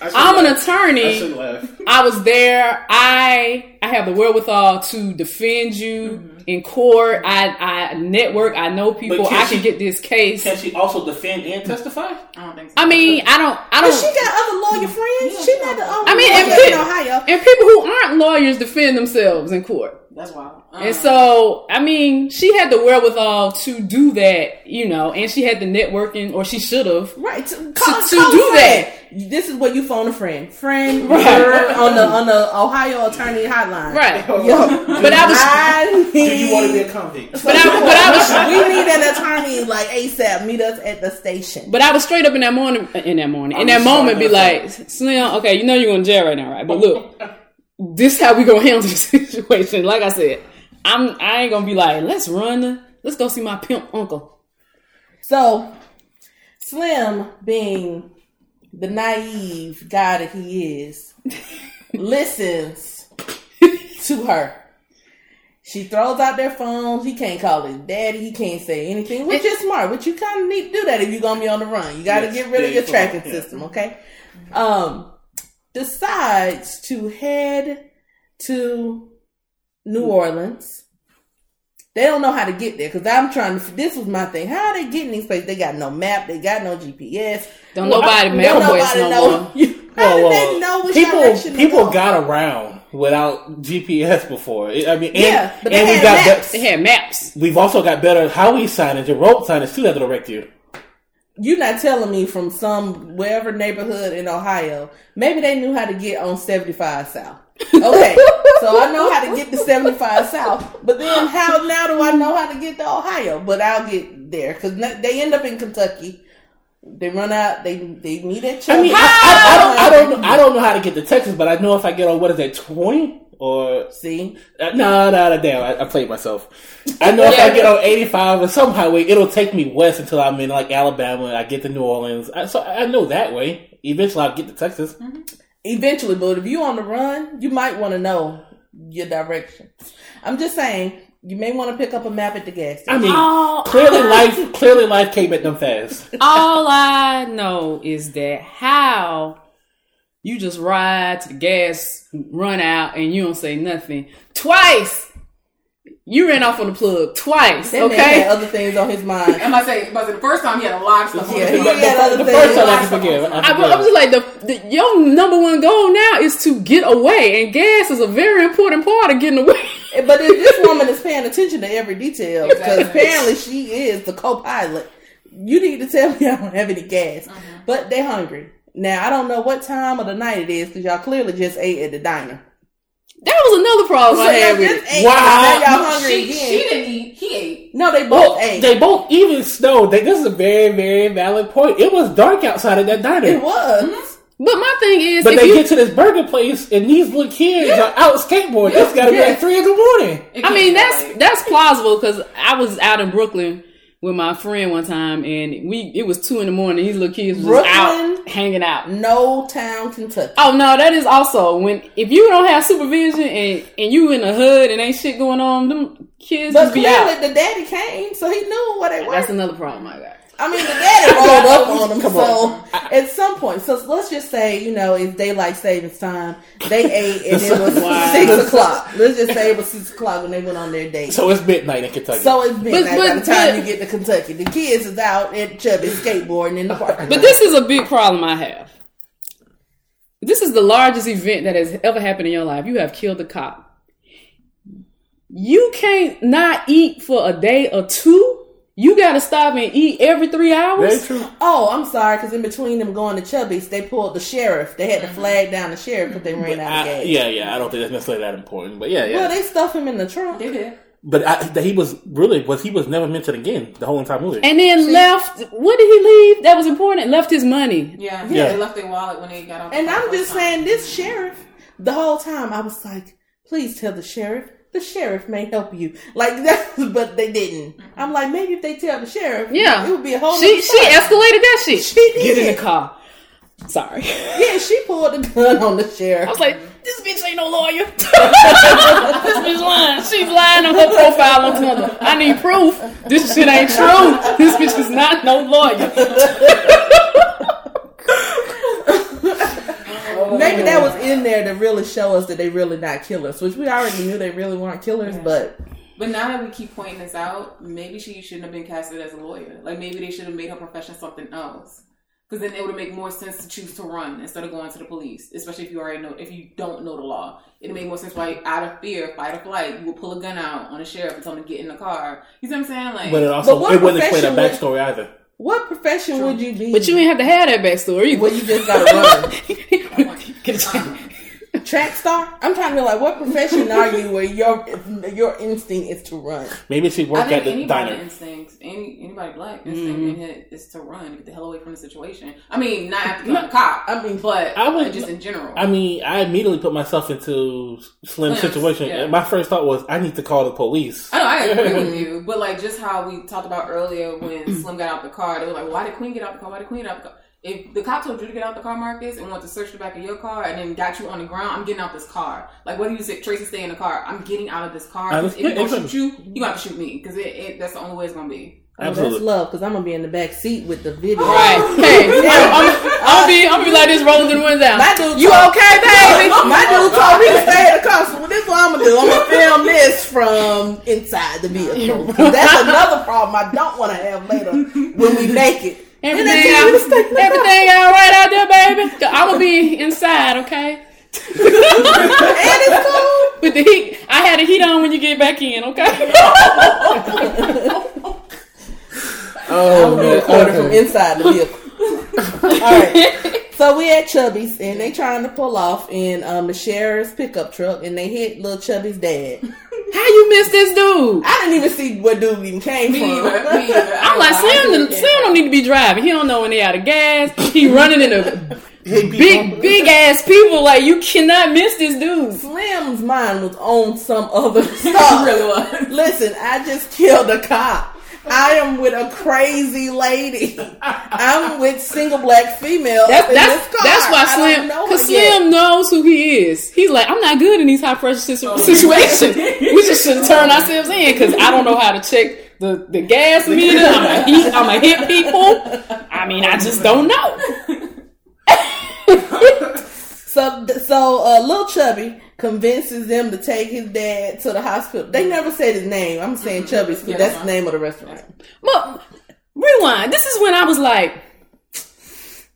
[SPEAKER 2] I'm an attorney.
[SPEAKER 3] I should laugh.
[SPEAKER 2] I was there. I I have the wherewithal to defend you in court. I I network. I know people.
[SPEAKER 3] Mm-hmm. But can
[SPEAKER 2] I can
[SPEAKER 3] she-
[SPEAKER 2] get this case.
[SPEAKER 3] Can she also defend and testify?
[SPEAKER 4] I don't think so.
[SPEAKER 2] I mean, I don't. I
[SPEAKER 1] But
[SPEAKER 2] don't.
[SPEAKER 1] she got other lawyer friends. She not the only
[SPEAKER 2] I mean,
[SPEAKER 1] lawyer
[SPEAKER 2] if it-
[SPEAKER 1] in Ohio.
[SPEAKER 2] and people who aren't lawyers defend themselves in court.
[SPEAKER 4] that's wild. Uh-uh.
[SPEAKER 3] Uh-huh.
[SPEAKER 2] And so, I mean, she had the wherewithal to do that, you know, and she had the networking, or she should have.
[SPEAKER 1] Right to, call,
[SPEAKER 2] to
[SPEAKER 1] call
[SPEAKER 2] do
[SPEAKER 1] a friend. This is where you phone a friend, friend
[SPEAKER 2] Right.
[SPEAKER 1] you're on the on the Ohio attorney hotline.
[SPEAKER 2] Right.
[SPEAKER 1] Yo,
[SPEAKER 2] But I was.
[SPEAKER 1] I
[SPEAKER 3] Do you want to be
[SPEAKER 1] need,
[SPEAKER 3] a convict?
[SPEAKER 2] but I, but I
[SPEAKER 1] we
[SPEAKER 2] was.
[SPEAKER 1] need an attorney like ASAP. Meet us at the station.
[SPEAKER 2] But I was straight up in that morning, in that morning, in
[SPEAKER 3] I'm
[SPEAKER 2] that
[SPEAKER 3] sorry,
[SPEAKER 2] moment, be
[SPEAKER 3] I'm sorry.
[SPEAKER 2] like, Slim, okay, you know you're going to jail right now, right? But look, this how we gonna handle the situation. Like I said, I'm I ain't gonna be like, let's run, let's go see my pimp uncle.
[SPEAKER 1] So, Slim, being the naive guy that he is, listens to her. She throws out their phones. He can't call his daddy. He can't say anything, which is smart. But you kind of need to do that if you're gonna be on the run. You got to
[SPEAKER 3] Yes,
[SPEAKER 1] get rid
[SPEAKER 3] yeah,
[SPEAKER 1] of your
[SPEAKER 3] you're
[SPEAKER 1] tracking
[SPEAKER 3] correct, yeah.
[SPEAKER 1] system, okay? Um, decides to head to New Orleans. They don't know how to get there because I'm trying to. This was my thing. How are they getting these places? They got no map. They got no GPS.
[SPEAKER 2] Don't
[SPEAKER 1] Well,
[SPEAKER 2] nobody
[SPEAKER 1] I-
[SPEAKER 2] map
[SPEAKER 1] don't
[SPEAKER 2] west no
[SPEAKER 1] nobody
[SPEAKER 2] more.
[SPEAKER 1] know- How did they know which direction to
[SPEAKER 3] people people
[SPEAKER 1] go?
[SPEAKER 3] got around without GPS before. I mean, and,
[SPEAKER 1] Yeah, but they
[SPEAKER 3] and we
[SPEAKER 1] had
[SPEAKER 3] got
[SPEAKER 1] maps.
[SPEAKER 3] be-
[SPEAKER 2] They had maps.
[SPEAKER 3] we've also got better highway signage and road signage too that'll direct you.
[SPEAKER 1] You're not telling me from some wherever neighborhood in Ohio. Maybe they knew how to get on 75 South. Okay, so I know how to get to 75 South, but then how now do I know how to get to Ohio? But I'll get there because they end up in Kentucky. They run out. They they meet at Chubb.
[SPEAKER 3] I mean, I, I, I don't, I don't, know, I don't know how to get to Texas, but I know if I get on what is that twenty or
[SPEAKER 1] see.
[SPEAKER 3] uh, no, no, no, damn, I, I played myself. I know if I get on eighty five or some highway, it'll take me west until I'm in like Alabama. I get to New Orleans, I, so I know that way. Eventually, I'll get to Texas.
[SPEAKER 1] Eventually, but if you on the run, you might want to know your direction. I'm just saying, you may want to pick up a map at the gas station.
[SPEAKER 3] I mean,
[SPEAKER 2] All
[SPEAKER 3] clearly
[SPEAKER 2] I-
[SPEAKER 3] life, clearly life came at them fast.
[SPEAKER 2] all I know is that how you just ride to the gas, run out, and you don't say nothing twice. You ran off on the plug twice,
[SPEAKER 1] That man had
[SPEAKER 2] okay?
[SPEAKER 1] other things on his mind.
[SPEAKER 4] And I say, but the first time he had a lot of stuff on
[SPEAKER 1] Yeah,
[SPEAKER 4] his
[SPEAKER 1] he
[SPEAKER 4] mind.
[SPEAKER 1] had other
[SPEAKER 3] The
[SPEAKER 1] things.
[SPEAKER 3] first time I can forgive, I
[SPEAKER 2] I,
[SPEAKER 3] forgive.
[SPEAKER 2] am just like the, the your number one goal now is to get away, and gas is a very important part of getting away.
[SPEAKER 1] But if this woman is paying attention to every detail because
[SPEAKER 4] Exactly.
[SPEAKER 1] apparently she is the co-pilot. You need to tell me I don't have any gas, but they hungry now. I don't know what time of the night it is because y'all clearly just ate at the diner.
[SPEAKER 2] That was another problem I
[SPEAKER 1] So
[SPEAKER 2] had
[SPEAKER 1] y'all
[SPEAKER 2] with it.
[SPEAKER 1] just ate.
[SPEAKER 3] Wow.
[SPEAKER 1] Now y'all hungry
[SPEAKER 4] she,
[SPEAKER 1] again.
[SPEAKER 4] she didn't eat. He ate.
[SPEAKER 1] no, they both
[SPEAKER 3] Well,
[SPEAKER 1] ate.
[SPEAKER 3] Oh, they both even snowed. They, this is a very, very valid point. It was dark outside of that diner.
[SPEAKER 1] it was.
[SPEAKER 2] But my thing is,
[SPEAKER 3] But
[SPEAKER 2] if
[SPEAKER 3] they
[SPEAKER 2] you,
[SPEAKER 3] get to this burger place and these little kids are out skateboarding. It's got to be
[SPEAKER 1] Yeah.
[SPEAKER 3] like three in the morning.
[SPEAKER 2] I
[SPEAKER 4] It can't
[SPEAKER 2] mean
[SPEAKER 4] be
[SPEAKER 2] that's
[SPEAKER 4] like-
[SPEAKER 2] that's plausible because I was out in Brooklyn with my friend one time and we it was two in the morning. These little kids was out
[SPEAKER 1] Brooklyn?
[SPEAKER 2] hanging out.
[SPEAKER 1] No town, Kentucky.
[SPEAKER 2] Oh no, that is also when if you don't have supervision and and you in the hood and ain't shit going on, them kids
[SPEAKER 1] But
[SPEAKER 2] just be out.
[SPEAKER 1] clearly the daddy came, so he knew what it was.
[SPEAKER 2] That's another problem I got.
[SPEAKER 1] I mean, the daddy rolled up on them.
[SPEAKER 3] Come
[SPEAKER 1] so
[SPEAKER 3] on.
[SPEAKER 1] at some point, so let's just say, you know, it's daylight savings time. They ate and it was
[SPEAKER 3] Wow.
[SPEAKER 1] six o'clock. Let's just say it was six o'clock when they went on their date. So,
[SPEAKER 3] So it's midnight in Kentucky.
[SPEAKER 1] it's midnight by
[SPEAKER 2] but-
[SPEAKER 1] the time
[SPEAKER 2] but-
[SPEAKER 1] you get to Kentucky. The kids is out at Chubby skateboarding in the park.
[SPEAKER 2] But this is a big problem I have. This is the largest event that has ever happened in your life. You have killed a cop. You can't not eat for a day or two. You got to stop and eat every three
[SPEAKER 3] very
[SPEAKER 2] hours.
[SPEAKER 3] true.
[SPEAKER 1] oh, I'm sorry, because in between them going to Chubby's, they pulled the sheriff. They had to flag down the sheriff because they ran out of
[SPEAKER 3] I,
[SPEAKER 1] gas.
[SPEAKER 3] yeah, yeah. I don't think that's necessarily that important, but yeah, yeah.
[SPEAKER 1] Well, they stuffed him in the trunk.
[SPEAKER 4] They did.
[SPEAKER 3] but I, that he was really was he was never mentioned again the whole entire movie.
[SPEAKER 2] And then left. When did he leave? That was important. Left his money.
[SPEAKER 4] Yeah,
[SPEAKER 3] Yeah.
[SPEAKER 4] They left their wallet when they got on. the
[SPEAKER 1] And
[SPEAKER 4] plane
[SPEAKER 1] I'm
[SPEAKER 4] the
[SPEAKER 1] just
[SPEAKER 4] first time.
[SPEAKER 1] saying, this sheriff, the whole time I was like, please tell the sheriff, the sheriff may help you. Like that, but they didn't. I'm like, maybe if they tell the sheriff,
[SPEAKER 2] Mm-hmm. Yeah.
[SPEAKER 1] it would be a whole.
[SPEAKER 2] She
[SPEAKER 1] nother
[SPEAKER 2] she
[SPEAKER 1] story.
[SPEAKER 2] escalated that shit.
[SPEAKER 1] Oh, She did.
[SPEAKER 2] Get in the car. Sorry.
[SPEAKER 1] yeah, she pulled the gun on the
[SPEAKER 2] I
[SPEAKER 1] sheriff.
[SPEAKER 2] was like, this bitch ain't no lawyer. this bitch lying. She's lying on her profile on Tinder. I need proof. This shit ain't true. This bitch is not no lawyer. Oh,
[SPEAKER 1] Maybe that was in there to really show us that they really not killers, which we already knew they really weren't killers. But
[SPEAKER 4] But now that we keep pointing this out, maybe she shouldn't have been casted as a lawyer. Like maybe they should have made her profession something else. Because then it would make more sense to choose to run instead of going to the police, especially if you already know if you don't know the law. It made more sense why, out of fear, fight or flight, you will pull a gun out on a sheriff and tell him to get in the car. You see what I'm saying? Like,
[SPEAKER 3] but uh, it also
[SPEAKER 1] But what
[SPEAKER 3] it wouldn't explain the
[SPEAKER 1] profession
[SPEAKER 3] backstory either.
[SPEAKER 1] what profession would you be?
[SPEAKER 2] But you ain't have to have that backstory either.
[SPEAKER 1] well, you just gotta run.
[SPEAKER 2] Get a
[SPEAKER 4] uh-uh.
[SPEAKER 2] check.
[SPEAKER 1] Track star. I'm trying to be like, what profession are you where your your instinct is to run?
[SPEAKER 3] Maybe she
[SPEAKER 4] I
[SPEAKER 3] worked
[SPEAKER 4] think
[SPEAKER 3] at the
[SPEAKER 4] anybody
[SPEAKER 3] diner.
[SPEAKER 4] instinct, any anybody black instinct in it is to run, get the hell away from the situation. I mean, not after being a cop. I mean, but
[SPEAKER 3] I would-
[SPEAKER 4] just in general.
[SPEAKER 3] I mean, I immediately put myself into Slim's Oh,
[SPEAKER 4] Slim's,
[SPEAKER 3] situation.
[SPEAKER 4] yeah.
[SPEAKER 3] And my first thought was, I need to call the police.
[SPEAKER 4] I know, I agree with you, but like just how we talked about earlier when Slim got out the car, they were like, "Why did Queen get out the car? Why did Queen get out the car?" If the cop told you to get out the car, Marcus, and went to search the back of your car and then got you on the ground, I'm getting out this car. Like whether you said Tracy stay in the car, I'm getting out of this car. 'Cause
[SPEAKER 3] Understood.
[SPEAKER 4] if you don't shoot you, you gonna have to shoot me because it, it that's the only way it's gonna be.
[SPEAKER 1] Oh, that's
[SPEAKER 3] Absolutely.
[SPEAKER 1] love because I'm gonna be in the back seat with the video.
[SPEAKER 2] Right. Hey, I'm, I'm, I'm, be, I'm be like this rolling through the window down.
[SPEAKER 1] My dude
[SPEAKER 2] You
[SPEAKER 1] told-
[SPEAKER 2] okay, baby?
[SPEAKER 1] My dude told me to stay in the car. So this is what I'm gonna do. I'm gonna film this from inside the vehicle. 'Cause That's another problem I don't want to have later when we make it. And
[SPEAKER 2] Everything,
[SPEAKER 1] they tell you to stay in the car.
[SPEAKER 2] everything all right out there, baby? I'm gonna be inside, okay?
[SPEAKER 1] And it's cold.
[SPEAKER 2] With the heat, I had a heat on when you get back in, okay?
[SPEAKER 3] Oh,
[SPEAKER 1] Record
[SPEAKER 3] man.
[SPEAKER 1] from
[SPEAKER 3] Okay.
[SPEAKER 1] inside the vehicle. All right. So we at Chubby's and they trying to pull off in um, the sheriff's pickup truck and they hit little Chubby's dad.
[SPEAKER 2] How you miss this dude?
[SPEAKER 1] I didn't even see what dude even came
[SPEAKER 4] Me
[SPEAKER 1] from.
[SPEAKER 4] either. Me either.
[SPEAKER 1] Oh,
[SPEAKER 2] I'm like Slim.
[SPEAKER 4] didn't
[SPEAKER 2] Slim don't need to be driving. He don't know when they out of gas. He running into
[SPEAKER 3] Hey,
[SPEAKER 2] big big ass people. Like you cannot miss this dude.
[SPEAKER 1] Slim's mind was on some other
[SPEAKER 4] It
[SPEAKER 1] stuff.
[SPEAKER 4] really was.
[SPEAKER 1] Listen, I just killed a cop. I am with a crazy lady. I'm with single black female.
[SPEAKER 2] That's
[SPEAKER 1] up in
[SPEAKER 2] that's
[SPEAKER 1] this car.
[SPEAKER 2] that's why
[SPEAKER 1] I don't
[SPEAKER 2] Slim.
[SPEAKER 1] know
[SPEAKER 2] Cause
[SPEAKER 1] her yet.
[SPEAKER 2] Slim knows who he is. He's like, I'm not good in these high pressure situ-
[SPEAKER 4] Oh.
[SPEAKER 2] situations. we just should turn ourselves in because I don't know how to check the the gas meter. I'm a heat. I'm a hit people. I mean, I just don't know.
[SPEAKER 1] So, so uh, little chubby convinces them to take his dad to the hospital. They never said his name. I'm saying Chubby's, but
[SPEAKER 4] Mm. Yeah,
[SPEAKER 1] that's
[SPEAKER 4] that's
[SPEAKER 1] the name of the restaurant.
[SPEAKER 2] Well, rewind. This is when I was like,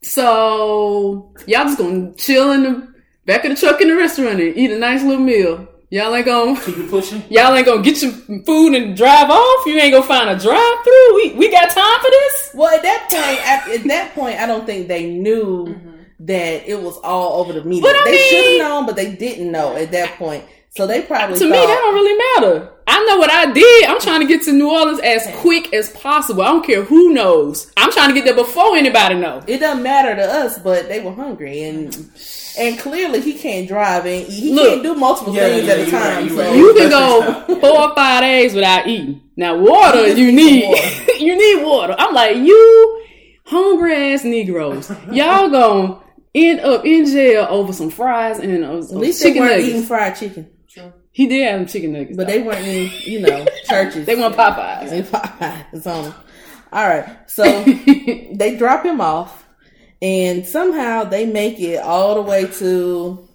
[SPEAKER 2] so y'all just gonna chill in the back of the truck in the restaurant and eat a nice little meal. Y'all ain't gonna
[SPEAKER 3] Keep it pushing.
[SPEAKER 2] y'all ain't gonna get your food and drive off. You ain't gonna find a drive through. We we got time for this.
[SPEAKER 1] Well, at that point, at, at that point, I don't think they knew that it was all over the media.
[SPEAKER 2] Mm-hmm. But I
[SPEAKER 1] they
[SPEAKER 2] mean-
[SPEAKER 1] should have known, but they didn't know at that point. So they probably
[SPEAKER 2] To me,
[SPEAKER 1] thought,
[SPEAKER 2] that don't really matter. I know what I did. I'm trying to get to New Orleans as quick as possible. I don't care who knows. I'm trying to get there before anybody knows.
[SPEAKER 1] It doesn't matter to us, but they were hungry and and clearly he can't drive and he
[SPEAKER 2] Look.
[SPEAKER 1] can't do multiple
[SPEAKER 3] Yeah,
[SPEAKER 1] things
[SPEAKER 3] yeah,
[SPEAKER 1] at a
[SPEAKER 3] you right,
[SPEAKER 1] time.
[SPEAKER 3] you
[SPEAKER 1] so
[SPEAKER 3] right.
[SPEAKER 2] You
[SPEAKER 3] That's
[SPEAKER 2] can go
[SPEAKER 3] what's up.
[SPEAKER 2] four or five days without eating. Now water
[SPEAKER 1] You just
[SPEAKER 2] you
[SPEAKER 1] need
[SPEAKER 2] need
[SPEAKER 1] water.
[SPEAKER 2] you need water. I'm like, you hungry ass Negroes. Y'all gonna end up in jail over some fries and uh, some
[SPEAKER 1] at least they
[SPEAKER 2] chicken
[SPEAKER 1] weren't
[SPEAKER 2] nuggets.
[SPEAKER 1] eating fried chicken,
[SPEAKER 2] He did have them chicken nuggets.
[SPEAKER 1] but they weren't in you know churches.
[SPEAKER 2] they want Popeyes.
[SPEAKER 1] They Popeyes on them. All right, so they drop him off, and somehow they make it all the way to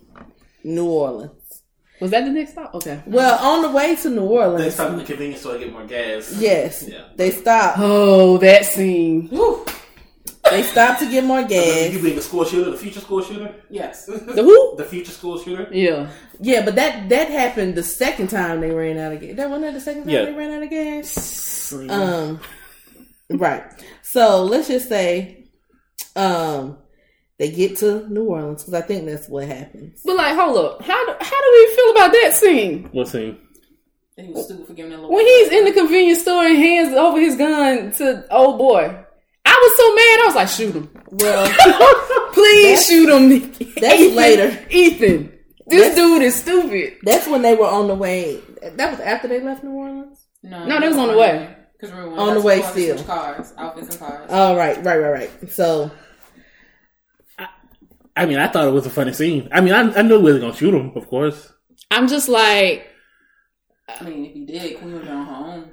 [SPEAKER 1] New Orleans.
[SPEAKER 2] Was that the next stop? Okay.
[SPEAKER 1] Well, on the way to New
[SPEAKER 3] They
[SPEAKER 1] Orleans,
[SPEAKER 3] stop at the convenience store to get more gas.
[SPEAKER 1] yes,
[SPEAKER 3] Yeah.
[SPEAKER 1] they stop.
[SPEAKER 2] Oh, that scene.
[SPEAKER 4] Woo.
[SPEAKER 1] They stop to get more
[SPEAKER 3] You
[SPEAKER 1] gas.
[SPEAKER 3] believe the school shooter, the future school shooter?
[SPEAKER 4] Yes.
[SPEAKER 2] The who?
[SPEAKER 3] The future school shooter?
[SPEAKER 2] Yeah.
[SPEAKER 1] Yeah, but that that happened the second time they ran out of gas. That wasn't that the second time
[SPEAKER 3] Yeah.
[SPEAKER 1] they ran out of gas. Um, right. So let's just say, um, they get to New Orleans because I think that's what happens.
[SPEAKER 2] But like, hold up. How do, how do we feel about that scene?
[SPEAKER 3] What's he?
[SPEAKER 4] He was stupid for giving that little.
[SPEAKER 2] When he's in the convenience store and hands over his gun to old boy. I was so mad. I was like, shoot him.
[SPEAKER 1] Well. That's-
[SPEAKER 2] Please shoot him. Nikki.
[SPEAKER 1] that's
[SPEAKER 2] Ethan,
[SPEAKER 1] later.
[SPEAKER 2] Ethan,
[SPEAKER 1] That's-
[SPEAKER 2] this dude is stupid.
[SPEAKER 1] That's when they were on the way. That was after they left New Orleans.
[SPEAKER 2] No, that was on the way. Uh,
[SPEAKER 4] Because we were
[SPEAKER 1] On the way still.
[SPEAKER 4] Switch cars, outfits, and cars.
[SPEAKER 1] Oh, right, right, right, right. So
[SPEAKER 3] I mean, I thought it was a funny scene. I mean, I, I knew we was gonna shoot him, of course.
[SPEAKER 2] I'm just like,
[SPEAKER 4] I mean, if he did, Queen would have been on her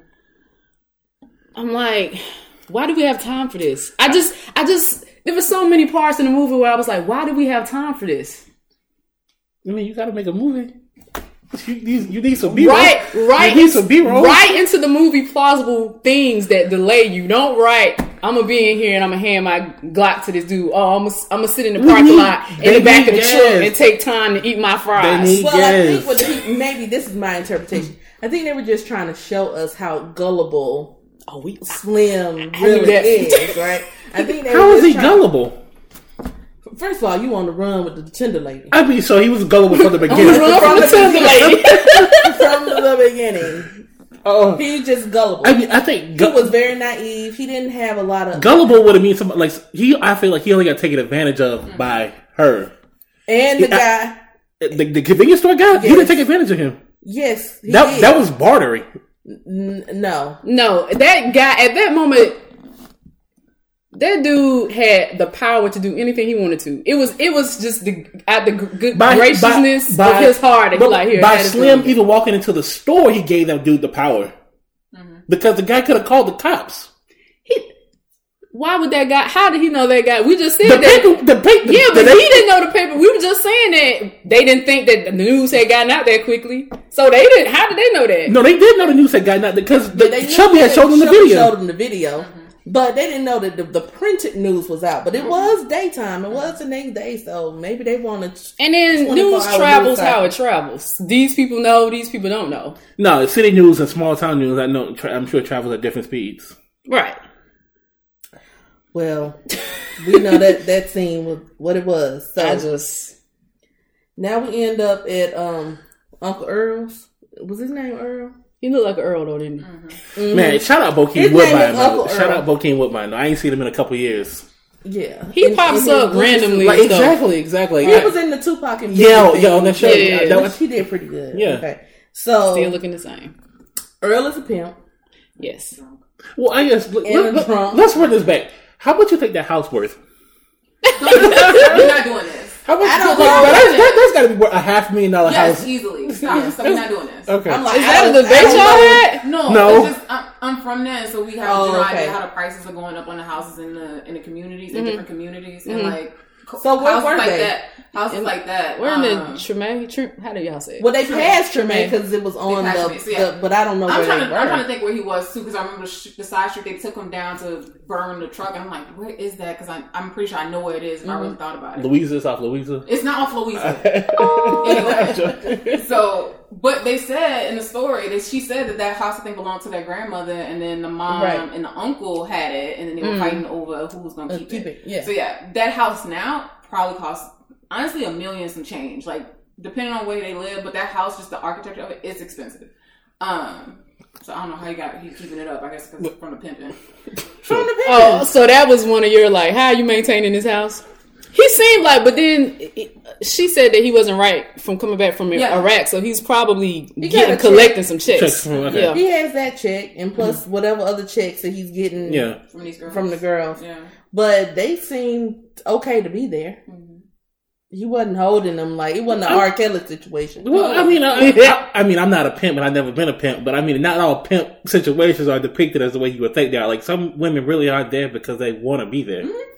[SPEAKER 4] own.
[SPEAKER 2] I'm like, why do we have time for this? I just, I just, there were so many parts in the movie where I was like, why do we have time for this?
[SPEAKER 3] I mean, you gotta make a movie. You need, you need some B-roll.
[SPEAKER 2] Right, right,
[SPEAKER 3] You need some B-roll.
[SPEAKER 2] right into the movie plausible things that delay you. Don't write. I'm gonna be in here and I'm gonna hand my Glock to this dude. Oh, I'm gonna, I'm gonna sit in the parking
[SPEAKER 3] need-
[SPEAKER 2] lot in
[SPEAKER 3] they
[SPEAKER 2] the back of the
[SPEAKER 3] need
[SPEAKER 2] truck
[SPEAKER 3] gas.
[SPEAKER 2] and take time to eat my fries.
[SPEAKER 3] need-
[SPEAKER 1] Well,
[SPEAKER 3] Yes.
[SPEAKER 1] I think what he, maybe this is my interpretation. I think they were just trying to show us how gullible
[SPEAKER 2] oh, we
[SPEAKER 1] Slim
[SPEAKER 2] knew
[SPEAKER 1] really
[SPEAKER 2] that.
[SPEAKER 1] is, right? I think they
[SPEAKER 3] How
[SPEAKER 1] were
[SPEAKER 3] is
[SPEAKER 1] just
[SPEAKER 3] he
[SPEAKER 1] trying-
[SPEAKER 3] gullible?
[SPEAKER 1] First of all, you on the run with the Tinder lady
[SPEAKER 3] I mean, so he was gullible
[SPEAKER 1] Oh,
[SPEAKER 3] from the beginning.
[SPEAKER 2] run from the tender lady.
[SPEAKER 1] from the beginning.
[SPEAKER 3] Oh,
[SPEAKER 1] He's just gullible.
[SPEAKER 3] I mean, I think
[SPEAKER 1] he
[SPEAKER 3] gu-
[SPEAKER 1] was very naive. He didn't have a lot of
[SPEAKER 3] gullible would have mean something like he. I feel like he only got taken advantage of by her.
[SPEAKER 1] and the
[SPEAKER 3] I-
[SPEAKER 1] guy.
[SPEAKER 3] The, the convenience store guy, he
[SPEAKER 1] Yes.
[SPEAKER 3] didn't take advantage of him.
[SPEAKER 1] Yes, he
[SPEAKER 3] That
[SPEAKER 1] did.
[SPEAKER 3] that was bartering.
[SPEAKER 1] N- no.
[SPEAKER 2] No, that guy at that moment, that dude had the power to do anything he wanted to. It was it was just the at the good graciousness
[SPEAKER 3] by-
[SPEAKER 2] of his heart. that he
[SPEAKER 3] but
[SPEAKER 2] like here
[SPEAKER 3] by
[SPEAKER 2] had it
[SPEAKER 3] Slim
[SPEAKER 2] for you."
[SPEAKER 3] even walking into the store, he gave that dude the power because the guy could have called the cops.
[SPEAKER 2] He- why would that guy? How did he know that guy? We just said
[SPEAKER 3] The
[SPEAKER 2] that.
[SPEAKER 3] paper, the paper,
[SPEAKER 2] yeah,
[SPEAKER 3] the,
[SPEAKER 2] but he didn't know the paper. We were just saying that they didn't think that the news had gotten out that quickly. So they didn't. How did they know that?
[SPEAKER 3] No, they did know the news had gotten out because the,
[SPEAKER 1] they
[SPEAKER 3] Chubby had
[SPEAKER 1] that
[SPEAKER 3] showed them the
[SPEAKER 1] Chubby
[SPEAKER 3] video.
[SPEAKER 1] Showed them the video, but they didn't know that the, the printed news was out.
[SPEAKER 4] Mm-hmm.
[SPEAKER 1] But it was daytime. It was the next day, so maybe they wanted.
[SPEAKER 2] And then
[SPEAKER 1] 24
[SPEAKER 2] news
[SPEAKER 1] hour news
[SPEAKER 2] travels how
[SPEAKER 1] cycle.
[SPEAKER 2] it travels. These people know. These people don't know.
[SPEAKER 3] No, city news and small town news. I know. Tra- I'm sure travels at different speeds.
[SPEAKER 2] Right.
[SPEAKER 1] Well, we know that that scene was what it was. So
[SPEAKER 2] I just
[SPEAKER 1] now we end up at um Uncle Earl's. Was his name Earl?
[SPEAKER 2] he looked like an Earl though, didn't he? Mm-hmm.
[SPEAKER 1] Mhm.
[SPEAKER 3] Man, shout out
[SPEAKER 1] His
[SPEAKER 3] Bokeem
[SPEAKER 1] name
[SPEAKER 3] Woodbine.
[SPEAKER 1] is Uncle
[SPEAKER 3] though. Shout
[SPEAKER 1] Earl.
[SPEAKER 3] out Bokeem Woodbine. though. I ain't seen him in a couple years.
[SPEAKER 1] Yeah,
[SPEAKER 2] He
[SPEAKER 1] And-
[SPEAKER 2] pops
[SPEAKER 1] and
[SPEAKER 2] up
[SPEAKER 1] was-
[SPEAKER 2] randomly.
[SPEAKER 3] Like,
[SPEAKER 2] and stuff.
[SPEAKER 3] exactly, exactly.
[SPEAKER 1] He
[SPEAKER 3] I-
[SPEAKER 1] was in the Tupac and
[SPEAKER 3] Yeah,
[SPEAKER 1] Biggie
[SPEAKER 3] yeah,
[SPEAKER 1] thing,
[SPEAKER 3] on that show.
[SPEAKER 2] Yeah,
[SPEAKER 3] I- that
[SPEAKER 1] which
[SPEAKER 3] was-
[SPEAKER 1] he did pretty good.
[SPEAKER 3] Yeah.
[SPEAKER 1] Okay. So
[SPEAKER 2] Still looking the same.
[SPEAKER 1] Earl is a pimp.
[SPEAKER 2] Yes.
[SPEAKER 3] well, I guess let,
[SPEAKER 1] And
[SPEAKER 3] let,
[SPEAKER 1] drunk.
[SPEAKER 3] us run this back. How much you think that house worth?
[SPEAKER 4] We're not doing this.
[SPEAKER 3] How much?
[SPEAKER 1] I don't
[SPEAKER 3] that,
[SPEAKER 1] know.
[SPEAKER 3] That, that, has got to be worth a half million dollar
[SPEAKER 4] Yes,
[SPEAKER 3] house.
[SPEAKER 4] easily. Stop. Stop. We're not doing this.
[SPEAKER 3] Okay.
[SPEAKER 1] I'm like,
[SPEAKER 2] Is that
[SPEAKER 1] I
[SPEAKER 2] a
[SPEAKER 1] don't- I
[SPEAKER 2] debate
[SPEAKER 1] don't know.
[SPEAKER 2] y'all had?
[SPEAKER 4] No,
[SPEAKER 3] No.
[SPEAKER 4] It's just, I'm, I'm from there, so we have
[SPEAKER 1] Oh,
[SPEAKER 4] general idea
[SPEAKER 1] okay.
[SPEAKER 4] how the prices are going up on the houses in the in the communities, in different communities,
[SPEAKER 2] Mhm.
[SPEAKER 4] and like co-
[SPEAKER 1] So where
[SPEAKER 4] houses
[SPEAKER 1] were
[SPEAKER 4] like
[SPEAKER 1] they?
[SPEAKER 4] that, houses
[SPEAKER 2] In-
[SPEAKER 4] like that.
[SPEAKER 2] We're in
[SPEAKER 4] um,
[SPEAKER 2] the Tremaine. Tre- how do y'all say? it?
[SPEAKER 1] Well, they passed Tremaine because it was on
[SPEAKER 4] passed
[SPEAKER 1] the,
[SPEAKER 4] it, yeah.
[SPEAKER 1] the- But I don't know
[SPEAKER 4] I'm
[SPEAKER 1] where
[SPEAKER 4] trying,
[SPEAKER 1] they
[SPEAKER 4] to,
[SPEAKER 1] were.
[SPEAKER 4] I'm trying to think where he was too, because I remember sh- the side street they took him down to burn the truck, and I'm like, where is that? Because I'm, I'm pretty sure I know where it is, if I
[SPEAKER 1] Mm-hmm.
[SPEAKER 4] really thought about it.
[SPEAKER 3] Louisa, South Louisa.
[SPEAKER 4] It's not off Louisa.
[SPEAKER 1] Oh,
[SPEAKER 3] I'm joking.
[SPEAKER 4] So, but they said in the story that she said that that house I think belonged to their grandmother, and then the mom
[SPEAKER 1] Right.
[SPEAKER 4] and the uncle had it, and then they were
[SPEAKER 2] Mm.
[SPEAKER 4] fighting over who was going to
[SPEAKER 1] Uh,
[SPEAKER 4] keep,
[SPEAKER 1] keep
[SPEAKER 4] it.
[SPEAKER 1] it, yeah.
[SPEAKER 4] So yeah, that house now probably costs honestly a million some change, like depending on where they live. But that house, just the architecture of it, it's expensive. Um, so I don't know how you got you keeping it up. I guess 'cause from the pimping.
[SPEAKER 1] From the
[SPEAKER 2] Oh,
[SPEAKER 1] oh.
[SPEAKER 2] so that was one of your like, how you maintaining this house? He seemed like, but then it- she said that he wasn't right from coming back from
[SPEAKER 4] Yeah.
[SPEAKER 2] Iraq, so he's probably
[SPEAKER 1] got
[SPEAKER 2] getting
[SPEAKER 1] a check.
[SPEAKER 2] collecting some checks.
[SPEAKER 3] Checks, okay.
[SPEAKER 2] Yeah,
[SPEAKER 1] He has that check and plus whatever other checks that he's getting
[SPEAKER 3] Mm-hmm. yeah.
[SPEAKER 4] From these girls.
[SPEAKER 1] from the girls.
[SPEAKER 4] yeah.
[SPEAKER 1] But they seemed okay to be there.
[SPEAKER 4] Mm-hmm.
[SPEAKER 1] He wasn't holding them like it wasn't an
[SPEAKER 3] Oh.
[SPEAKER 1] R. Kelly situation.
[SPEAKER 3] Well, I mean, I, I, I mean, I'm not a pimp, and I've never been a pimp. But I mean, not all pimp situations are depicted as the way you would think they are. Like some women really aren't there because they want to be there.
[SPEAKER 1] Mm-hmm.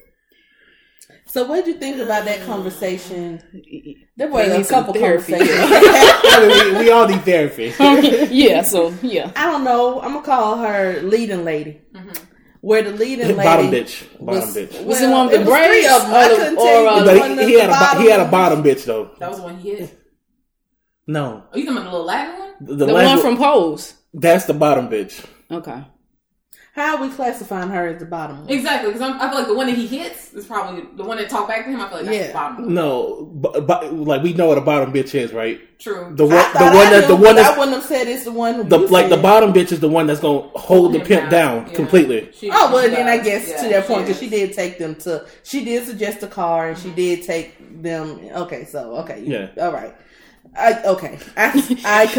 [SPEAKER 1] So what would you think about that conversation? There
[SPEAKER 2] They
[SPEAKER 1] were a
[SPEAKER 2] need some
[SPEAKER 1] couple
[SPEAKER 2] therapy.
[SPEAKER 1] conversations.
[SPEAKER 3] I mean, we, we all need therapy.
[SPEAKER 2] yeah. So yeah,
[SPEAKER 1] I don't know. I'm gonna call her leading lady. Where the leading lady
[SPEAKER 3] Mm-hmm. bottom bitch, bottom
[SPEAKER 1] was,
[SPEAKER 3] bitch.
[SPEAKER 2] Was it one with
[SPEAKER 1] it
[SPEAKER 2] the
[SPEAKER 1] was three
[SPEAKER 2] braids
[SPEAKER 1] of them. I
[SPEAKER 2] or the-
[SPEAKER 1] couldn't
[SPEAKER 2] or,
[SPEAKER 1] tell you
[SPEAKER 2] uh,
[SPEAKER 1] which
[SPEAKER 3] But
[SPEAKER 1] one
[SPEAKER 3] he,
[SPEAKER 1] was
[SPEAKER 3] he
[SPEAKER 1] the
[SPEAKER 3] had a bo- he had a bottom bitch though.
[SPEAKER 4] That was one hit.
[SPEAKER 3] No,
[SPEAKER 4] Oh, you talking about the little Latin one?
[SPEAKER 3] the,
[SPEAKER 2] the
[SPEAKER 3] last
[SPEAKER 2] one from Pose.
[SPEAKER 3] that's the bottom bitch.
[SPEAKER 2] Okay.
[SPEAKER 1] How are we classifying her as the bottom one?
[SPEAKER 4] Exactly, because I feel like the one that he hits is probably the one that talked back to him. I feel like that's
[SPEAKER 1] Yeah.
[SPEAKER 4] the bottom.
[SPEAKER 3] No, bu- bu- like we know what a bottom bitch is, right?
[SPEAKER 4] True.
[SPEAKER 3] The one,
[SPEAKER 1] I
[SPEAKER 3] the
[SPEAKER 1] thought
[SPEAKER 3] one
[SPEAKER 1] I
[SPEAKER 3] that,
[SPEAKER 1] knew,
[SPEAKER 3] the one
[SPEAKER 1] but I
[SPEAKER 3] that's
[SPEAKER 1] wouldn't have said it's the one. who
[SPEAKER 3] the
[SPEAKER 1] you
[SPEAKER 3] like the
[SPEAKER 1] said.
[SPEAKER 3] bottom bitch is the one that's gonna hold the pimp down
[SPEAKER 4] Yeah.
[SPEAKER 3] completely.
[SPEAKER 4] She-
[SPEAKER 1] Oh well,
[SPEAKER 4] she
[SPEAKER 1] then I
[SPEAKER 4] does.
[SPEAKER 1] guess
[SPEAKER 4] Yeah,
[SPEAKER 1] to that point because
[SPEAKER 4] is. Mm-hmm.
[SPEAKER 1] she did take them to. She did suggest a car, and she did take them. Okay, so okay, you-
[SPEAKER 3] Yeah.
[SPEAKER 1] all right. I okay. I I
[SPEAKER 3] It's, I guess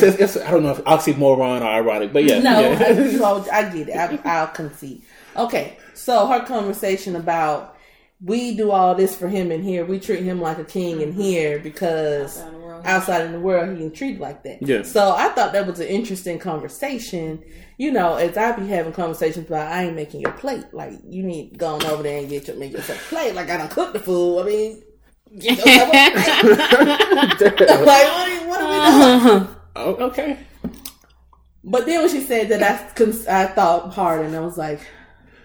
[SPEAKER 1] concede.
[SPEAKER 3] it's, it's I don't know if oxymoron or ironic, but yeah,
[SPEAKER 1] No,
[SPEAKER 3] yeah.
[SPEAKER 1] I, you all- I get it. I, I'll concede. Okay, so her conversation about we do all this for him in here. We treat him like a king
[SPEAKER 4] Mm-hmm.
[SPEAKER 1] in here because
[SPEAKER 4] Outside in the world.
[SPEAKER 1] outside in the world he ain't treated like that.
[SPEAKER 3] Yeah.
[SPEAKER 1] So I thought that was an interesting conversation. You know, as I be having conversations about I ain't making your plate. Like you need going over there and get your make yourself a plate. Like I don't cook the food. I mean like what are, what are
[SPEAKER 2] Uh-huh.
[SPEAKER 1] we doing?
[SPEAKER 3] Oh, okay.
[SPEAKER 1] But then when she said that, I cons- I thought hard and I was like,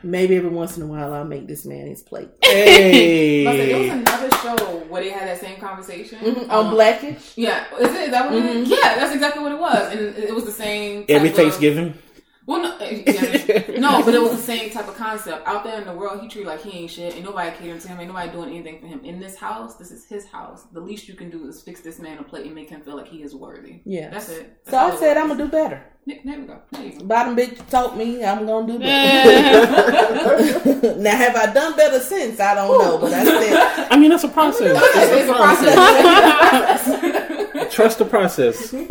[SPEAKER 1] maybe every once in a while I'll make this man his plate.
[SPEAKER 3] Hey.
[SPEAKER 4] But there was another show where they had that same conversation.
[SPEAKER 1] On Blackish,
[SPEAKER 4] Yeah, is it? Is that what it
[SPEAKER 1] Mm-hmm.
[SPEAKER 4] is? Yeah, that's exactly what it was, and it was the same. type
[SPEAKER 3] Every
[SPEAKER 4] of-
[SPEAKER 3] Thanksgiving.
[SPEAKER 4] Well, no, eh, yeah, no, but it was the same type of concept. Out there in the world, he treated like he ain't shit, and nobody catering to him, ain't nobody doing anything for him. In this house, this is his house. The least you can do is fix this man a plate and make him feel like he is worthy.
[SPEAKER 1] Yeah.
[SPEAKER 4] that's it.
[SPEAKER 1] so I said I'm gonna do better.
[SPEAKER 4] There there we go. There you go.
[SPEAKER 1] Bottom bitch told me I'm gonna do better.
[SPEAKER 4] Mm.
[SPEAKER 1] now have I done better since? I don't know, but I said
[SPEAKER 3] I mean, that's a process.
[SPEAKER 4] It's a process.
[SPEAKER 3] Trust the process.
[SPEAKER 1] so.